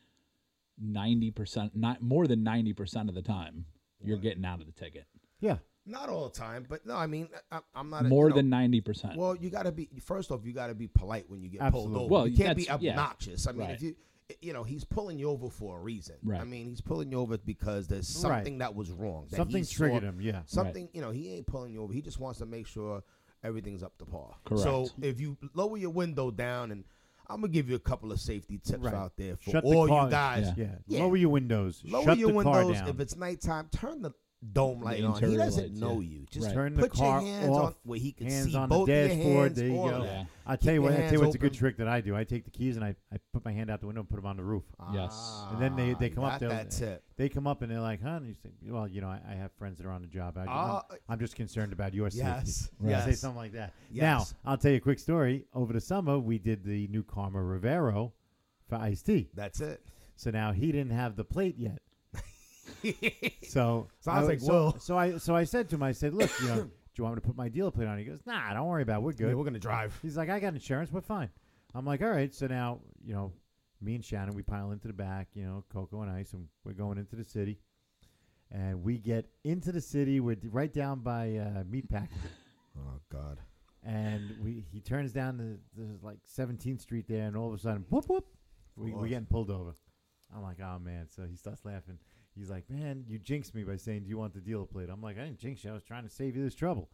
Speaker 3: ninety percent, not more than ninety percent of the time, you're getting out of the ticket.
Speaker 4: Yeah.
Speaker 2: Not all the time, but no, I mean, I, I'm not a- you
Speaker 3: More
Speaker 2: know,
Speaker 3: than ninety percent.
Speaker 2: Well, you got to be first off. You got to be polite when you get
Speaker 4: Absolutely.
Speaker 2: pulled over.
Speaker 3: Well,
Speaker 2: you can't be
Speaker 3: that's- yeah.
Speaker 2: obnoxious. I mean,
Speaker 3: Right.
Speaker 2: if you you know he's pulling you over for a reason. I
Speaker 3: Right.
Speaker 2: mean, he's pulling you over because there's
Speaker 4: Right.
Speaker 2: something that was wrong. that
Speaker 4: Something
Speaker 2: he saw-
Speaker 4: triggered him, yeah.
Speaker 2: Something you know he ain't pulling you over. He just wants to make sure everything's up to par. So
Speaker 3: Correct.
Speaker 2: if you lower your window down and I'm gonna give you a couple of safety tips
Speaker 4: Right.
Speaker 2: out there for
Speaker 4: Shut the
Speaker 2: all
Speaker 4: car-
Speaker 2: you guys.
Speaker 4: Yeah.
Speaker 2: Yeah.
Speaker 4: Lower your windows.
Speaker 2: Lower
Speaker 4: Shut
Speaker 2: your
Speaker 4: the car
Speaker 2: windows.
Speaker 4: down.
Speaker 2: If it's nighttime, turn the dome light on. He
Speaker 3: interior
Speaker 2: doesn't
Speaker 3: lights,
Speaker 2: know
Speaker 3: yeah.
Speaker 2: you. Just
Speaker 3: Right.
Speaker 4: Turn the
Speaker 2: put
Speaker 4: car
Speaker 2: your hands
Speaker 4: off.
Speaker 2: on where he can
Speaker 4: hands
Speaker 2: see
Speaker 4: on
Speaker 2: both
Speaker 4: the
Speaker 2: your
Speaker 4: dashboard.
Speaker 2: hands.
Speaker 4: there you
Speaker 2: all
Speaker 4: go.
Speaker 2: of that.
Speaker 4: I
Speaker 2: Keep
Speaker 4: tell
Speaker 2: your
Speaker 4: you what. I tell you
Speaker 2: hands
Speaker 4: what's a good
Speaker 2: open.
Speaker 4: trick that I do. I take the keys and I, I put my hand out the window and put them on the roof.
Speaker 3: yes.
Speaker 4: And then they, they come
Speaker 2: Ah,
Speaker 4: up.
Speaker 2: got
Speaker 4: they'll-
Speaker 2: that tip.
Speaker 4: They come up and they're like, "Huh?" And you say, "Well, you know, I, I have friends that are on the job. I,
Speaker 2: Ah,
Speaker 4: I'm, I'm just concerned about your
Speaker 2: Yes,
Speaker 4: safety." You
Speaker 2: yes.
Speaker 4: Say something like that.
Speaker 2: Yes.
Speaker 4: Now, I'll tell you a quick story. Over the summer, we did the new Karma Rivero for Ice Tea.
Speaker 2: That's it.
Speaker 4: So now he didn't have the plate yet. So
Speaker 2: Sounds
Speaker 4: I-
Speaker 2: like
Speaker 4: so,
Speaker 2: Will.
Speaker 4: So I so I said to him, I said, "Look, you know, do you want me to put my dealer plate on?" He goes, "Nah, don't worry about. it. We're good.
Speaker 2: Yeah, we're gonna drive.
Speaker 4: He's like, I got insurance. We're fine. I'm like, all right. So now, you know, me and Shannon, we pile into the back, you know, Coco and Ice, and we're going into the city. And we get into the city. We're d- right down by uh, Meatpack.
Speaker 2: Oh God.
Speaker 4: and we he turns down the, the like 17th Street there, and all of a sudden, whoop, whoop, we, we're
Speaker 2: Lord.
Speaker 4: getting pulled over. I'm like, oh, man. So he starts laughing. He's like, man, you jinxed me by saying, do you want the dealer plate? I'm like, I didn't jinx you. I was trying to save you this trouble.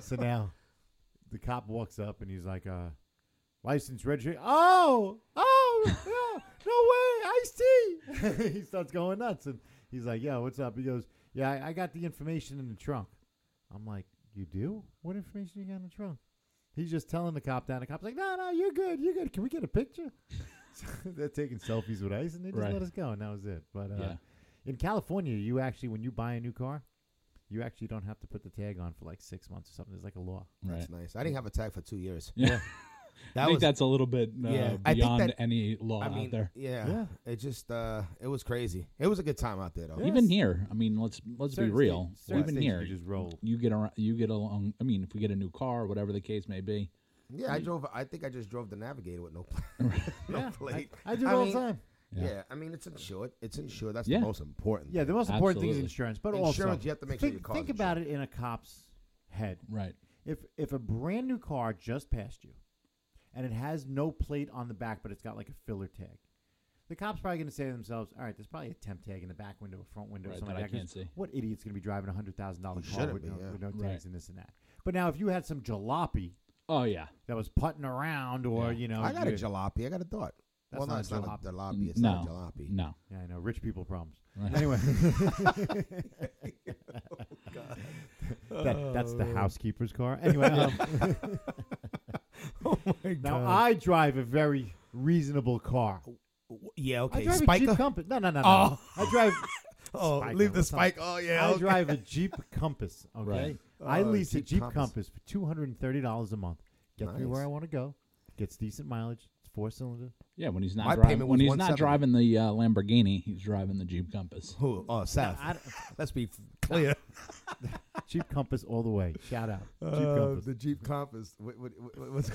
Speaker 4: so now the cop walks up and he's like, uh, license registry. Oh, oh, no, no way. I see. he starts going nuts. And he's like, yo, what's up? He goes, yeah, I, I got the information in the trunk. I'm like, you do? What information you got in the trunk? He's just telling the cop down. The cop's like, no, no, you're good. You're good. Can we get a picture? So They're taking selfies with ice and they just
Speaker 3: Right.
Speaker 4: let us go. And that was it. But uh,
Speaker 3: Yeah.
Speaker 4: in California, you actually, when you buy a new car, you actually don't have to put the tag on for like six months or something. There's like a law.
Speaker 3: Right.
Speaker 2: That's nice. I didn't have a tag for two years.
Speaker 3: Yeah. I
Speaker 2: That
Speaker 3: think
Speaker 2: was.
Speaker 3: that's a little bit uh,
Speaker 2: Yeah, I think
Speaker 3: beyond
Speaker 2: that-
Speaker 3: any law
Speaker 2: I mean,
Speaker 3: out there.
Speaker 2: yeah.
Speaker 4: Yeah.
Speaker 2: It just. uh It was crazy. It was a good time out there though.
Speaker 3: Even here, I mean, let's let's
Speaker 4: Certain
Speaker 3: be real.
Speaker 4: states- certain
Speaker 3: Even
Speaker 4: states
Speaker 3: here,
Speaker 4: you just roll.
Speaker 3: You get around. You get along. I mean, if we get a new car, whatever the case may be,
Speaker 2: Yeah,
Speaker 3: Mm.
Speaker 2: I drove. I think I just drove the Navigator with no plate. no
Speaker 4: Yeah, I-
Speaker 2: plate.
Speaker 4: I do it all the
Speaker 2: mean,
Speaker 4: time.
Speaker 2: Yeah.
Speaker 3: Yeah.
Speaker 2: I mean it's insured. It's insured. That's
Speaker 3: Yeah.
Speaker 2: the most important.
Speaker 4: Yeah, the most important thing is
Speaker 3: Absolutely.
Speaker 4: insurance, but also
Speaker 2: Insurance, you have to make sure
Speaker 4: think,
Speaker 2: your car's
Speaker 4: think about it in a cop's head.
Speaker 3: right?
Speaker 4: If if a brand new car just passed you, and it has no plate on the back, but it's got like a filler tag, the cop's probably going to say to themselves, "All right, there's probably a temp tag in the back window, or front window, or
Speaker 3: Right,
Speaker 4: something
Speaker 3: that
Speaker 4: like
Speaker 3: I
Speaker 4: that." 'cause
Speaker 3: can't see.
Speaker 4: What idiot's going to be driving a hundred thousand dollar
Speaker 2: You
Speaker 4: car
Speaker 2: shouldn't
Speaker 4: with,
Speaker 2: be,
Speaker 4: no,
Speaker 2: yeah.
Speaker 4: with no tags
Speaker 3: Right.
Speaker 4: and this and that? But now, if you had some jalopy
Speaker 3: Oh yeah.
Speaker 4: that was putting around, or
Speaker 3: Yeah.
Speaker 4: you know,
Speaker 2: I got a
Speaker 4: you-
Speaker 2: jalopy. I got a thought.
Speaker 4: That's
Speaker 2: well, no,
Speaker 4: not
Speaker 2: it's
Speaker 4: a
Speaker 2: not a jalopy. It's
Speaker 3: no.
Speaker 2: not a jalopy.
Speaker 3: No.
Speaker 4: Yeah, I know. Rich people problems.
Speaker 3: Right.
Speaker 4: Anyway. that, that's
Speaker 2: Oh.
Speaker 4: the housekeeper's car. Anyway. Um,
Speaker 2: Oh
Speaker 4: Now, I drive a very reasonable car.
Speaker 2: Yeah.
Speaker 4: I
Speaker 2: Okay.
Speaker 4: drive a Jeep
Speaker 2: Oh, Spiker.
Speaker 4: Compass. No, no, no, no.
Speaker 2: Oh.
Speaker 4: I drive.
Speaker 2: Oh,
Speaker 4: Spike
Speaker 2: leave the
Speaker 4: what's up?
Speaker 2: spike. Oh yeah.
Speaker 4: I
Speaker 2: okay.
Speaker 4: drive a Jeep Compass. Okay.
Speaker 3: Right.
Speaker 4: I
Speaker 2: Oh,
Speaker 4: lease
Speaker 2: Jeep
Speaker 4: a Jeep
Speaker 2: Compass.
Speaker 4: Compass, for two hundred and thirty dollars a month. Gets me where
Speaker 2: Nice.
Speaker 4: I want to go. Gets decent mileage. It's four cylinder.
Speaker 3: Yeah, when he's not
Speaker 2: My
Speaker 3: driving,
Speaker 2: payment
Speaker 3: when
Speaker 2: was
Speaker 3: he's not
Speaker 2: 170.
Speaker 3: driving the uh, Lamborghini, he's driving the Jeep Compass.
Speaker 2: Who? Oh, Seth.
Speaker 4: I don't-
Speaker 2: Let's be clear.
Speaker 4: Jeep Compass all the way. Shout out. Jeep
Speaker 2: Uh,
Speaker 4: Compass.
Speaker 2: the Jeep Compass. What, what, what, what's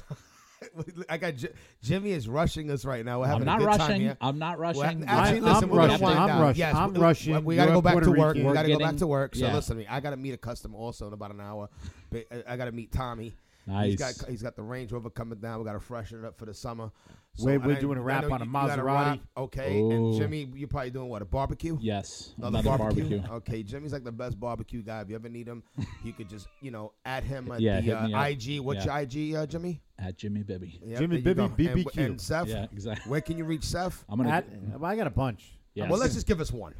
Speaker 2: I got J- Jimmy is rushing us right now. We're having a
Speaker 3: I'm not
Speaker 2: good time
Speaker 3: rushing.
Speaker 2: here.
Speaker 3: I'm not
Speaker 2: Well,
Speaker 3: rushing.
Speaker 2: actually,
Speaker 4: I'm-
Speaker 2: listen,
Speaker 4: I'm
Speaker 2: we're gonna
Speaker 4: rushing.
Speaker 2: wind
Speaker 4: I'm
Speaker 2: down.
Speaker 4: rushing.
Speaker 2: Yes,
Speaker 4: I'm
Speaker 2: we-
Speaker 4: rushing.
Speaker 2: We got to
Speaker 4: You're
Speaker 2: go back to
Speaker 4: Puerto
Speaker 2: work. We
Speaker 4: Rican.
Speaker 2: got to go back
Speaker 3: Getting-
Speaker 2: to work. So
Speaker 3: yeah.
Speaker 2: listen to me. I got to meet a customer also in about an hour. But I- I got to meet Tommy. He's
Speaker 3: Nice.
Speaker 2: got he's got the Range Rover coming down. We got to freshen it up for the summer.
Speaker 4: We're-
Speaker 2: and
Speaker 4: we're doing a
Speaker 2: I
Speaker 4: wrap
Speaker 2: know
Speaker 4: on a
Speaker 2: you- you got
Speaker 4: Maserati.
Speaker 2: wrap, Okay, and
Speaker 3: Ooh.
Speaker 2: Jimmy, you're probably doing what a barbecue.
Speaker 3: yes,
Speaker 2: Another,
Speaker 3: another
Speaker 2: barbecue?
Speaker 3: barbecue.
Speaker 2: Okay, Jimmy's like the best barbecue guy. If you ever need him, you could just you know at him at
Speaker 3: Yeah,
Speaker 2: the
Speaker 3: hit me
Speaker 2: uh,
Speaker 3: up.
Speaker 2: IG. What's
Speaker 3: Yeah.
Speaker 2: your IG, uh, Jimmy?
Speaker 3: At Jimmy Bibby.
Speaker 2: Yeah,
Speaker 4: Jimmy
Speaker 2: there you
Speaker 4: Bibby,
Speaker 2: go. And-
Speaker 4: BBQ.
Speaker 2: And, Seth,
Speaker 3: Yeah, exactly.
Speaker 2: where can you reach Seth?
Speaker 3: I'm gonna.
Speaker 4: At- I got a bunch.
Speaker 3: yeah.
Speaker 2: Well, let's just give us one.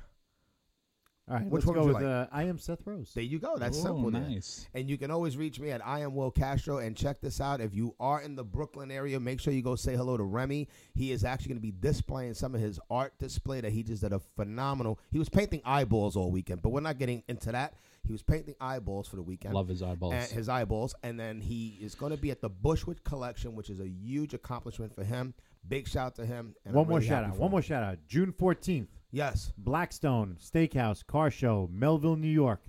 Speaker 4: All right,
Speaker 2: Which
Speaker 4: let's
Speaker 2: one
Speaker 4: go
Speaker 2: would you
Speaker 4: with
Speaker 2: like?
Speaker 4: uh, I am Seth Rose.
Speaker 2: There you go. That's
Speaker 3: Oh,
Speaker 2: simple. there.
Speaker 3: nice.
Speaker 2: And you can always reach me at I am Will Castro. And check this out. If you are in the Brooklyn area, make sure you go say hello to Remy. He is actually going to be displaying some of his art display that he just did a phenomenal. He was painting eyeballs all weekend, but we're not getting into that. He was painting eyeballs for the weekend.
Speaker 3: Love his eyeballs.
Speaker 2: And his eyeballs. And then he is going to be at the Bushwood Collection, which is a huge accomplishment for him. Big shout to him. And
Speaker 4: One
Speaker 2: I'm
Speaker 4: more
Speaker 2: really
Speaker 4: shout
Speaker 2: happy
Speaker 4: out.
Speaker 2: for
Speaker 4: One
Speaker 2: him.
Speaker 4: more shout out. June 14th,
Speaker 2: Yes.
Speaker 4: Blackstone Steakhouse Car Show, Melville, New York.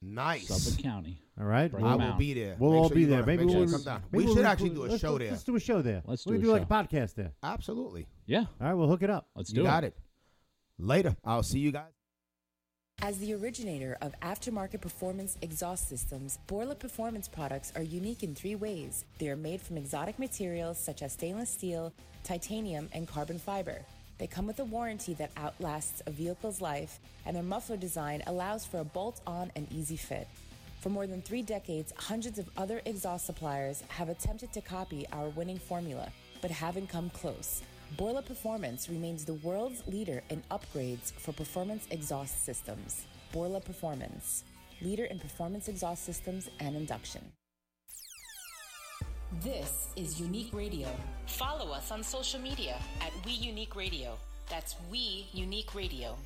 Speaker 2: Nice.
Speaker 3: Suffolk County.
Speaker 4: All right,
Speaker 3: Bring
Speaker 2: I
Speaker 3: them
Speaker 2: will
Speaker 3: out.
Speaker 2: be there.
Speaker 4: We'll
Speaker 2: Make
Speaker 4: all
Speaker 2: sure
Speaker 4: be
Speaker 2: you
Speaker 4: there.
Speaker 2: learn.
Speaker 4: Maybe
Speaker 2: Make sure
Speaker 4: we'll,
Speaker 2: you come down.
Speaker 4: maybe
Speaker 2: We
Speaker 4: we'll
Speaker 2: should
Speaker 4: record-
Speaker 2: actually do a
Speaker 4: let's-
Speaker 2: show
Speaker 4: let's-
Speaker 2: there.
Speaker 4: Let's do a show there.
Speaker 3: Let's
Speaker 4: we
Speaker 3: do
Speaker 4: can
Speaker 3: a
Speaker 4: do like a
Speaker 3: show.
Speaker 4: podcast there.
Speaker 2: Absolutely.
Speaker 3: Yeah,
Speaker 4: All right, we'll hook it up.
Speaker 3: let's
Speaker 2: you
Speaker 3: do
Speaker 2: got it. Later. I'll see you guys.
Speaker 1: As the originator of aftermarket performance exhaust systems, Borla Performance products are unique in three ways. They are made from exotic materials such as stainless steel, titanium, and carbon fiber. They come with a warranty that outlasts a vehicle's life, and their muffler design allows for a bolt on and easy fit. For more than three decades, hundreds of other exhaust suppliers have attempted to copy our winning formula, but haven't come close. Borla Performance remains the world's leader in upgrades for performance exhaust systems. Borla Performance, leader in performance exhaust systems and induction. This is Unique Radio. Follow us on social media at We Unique Radio. That's We Unique Radio.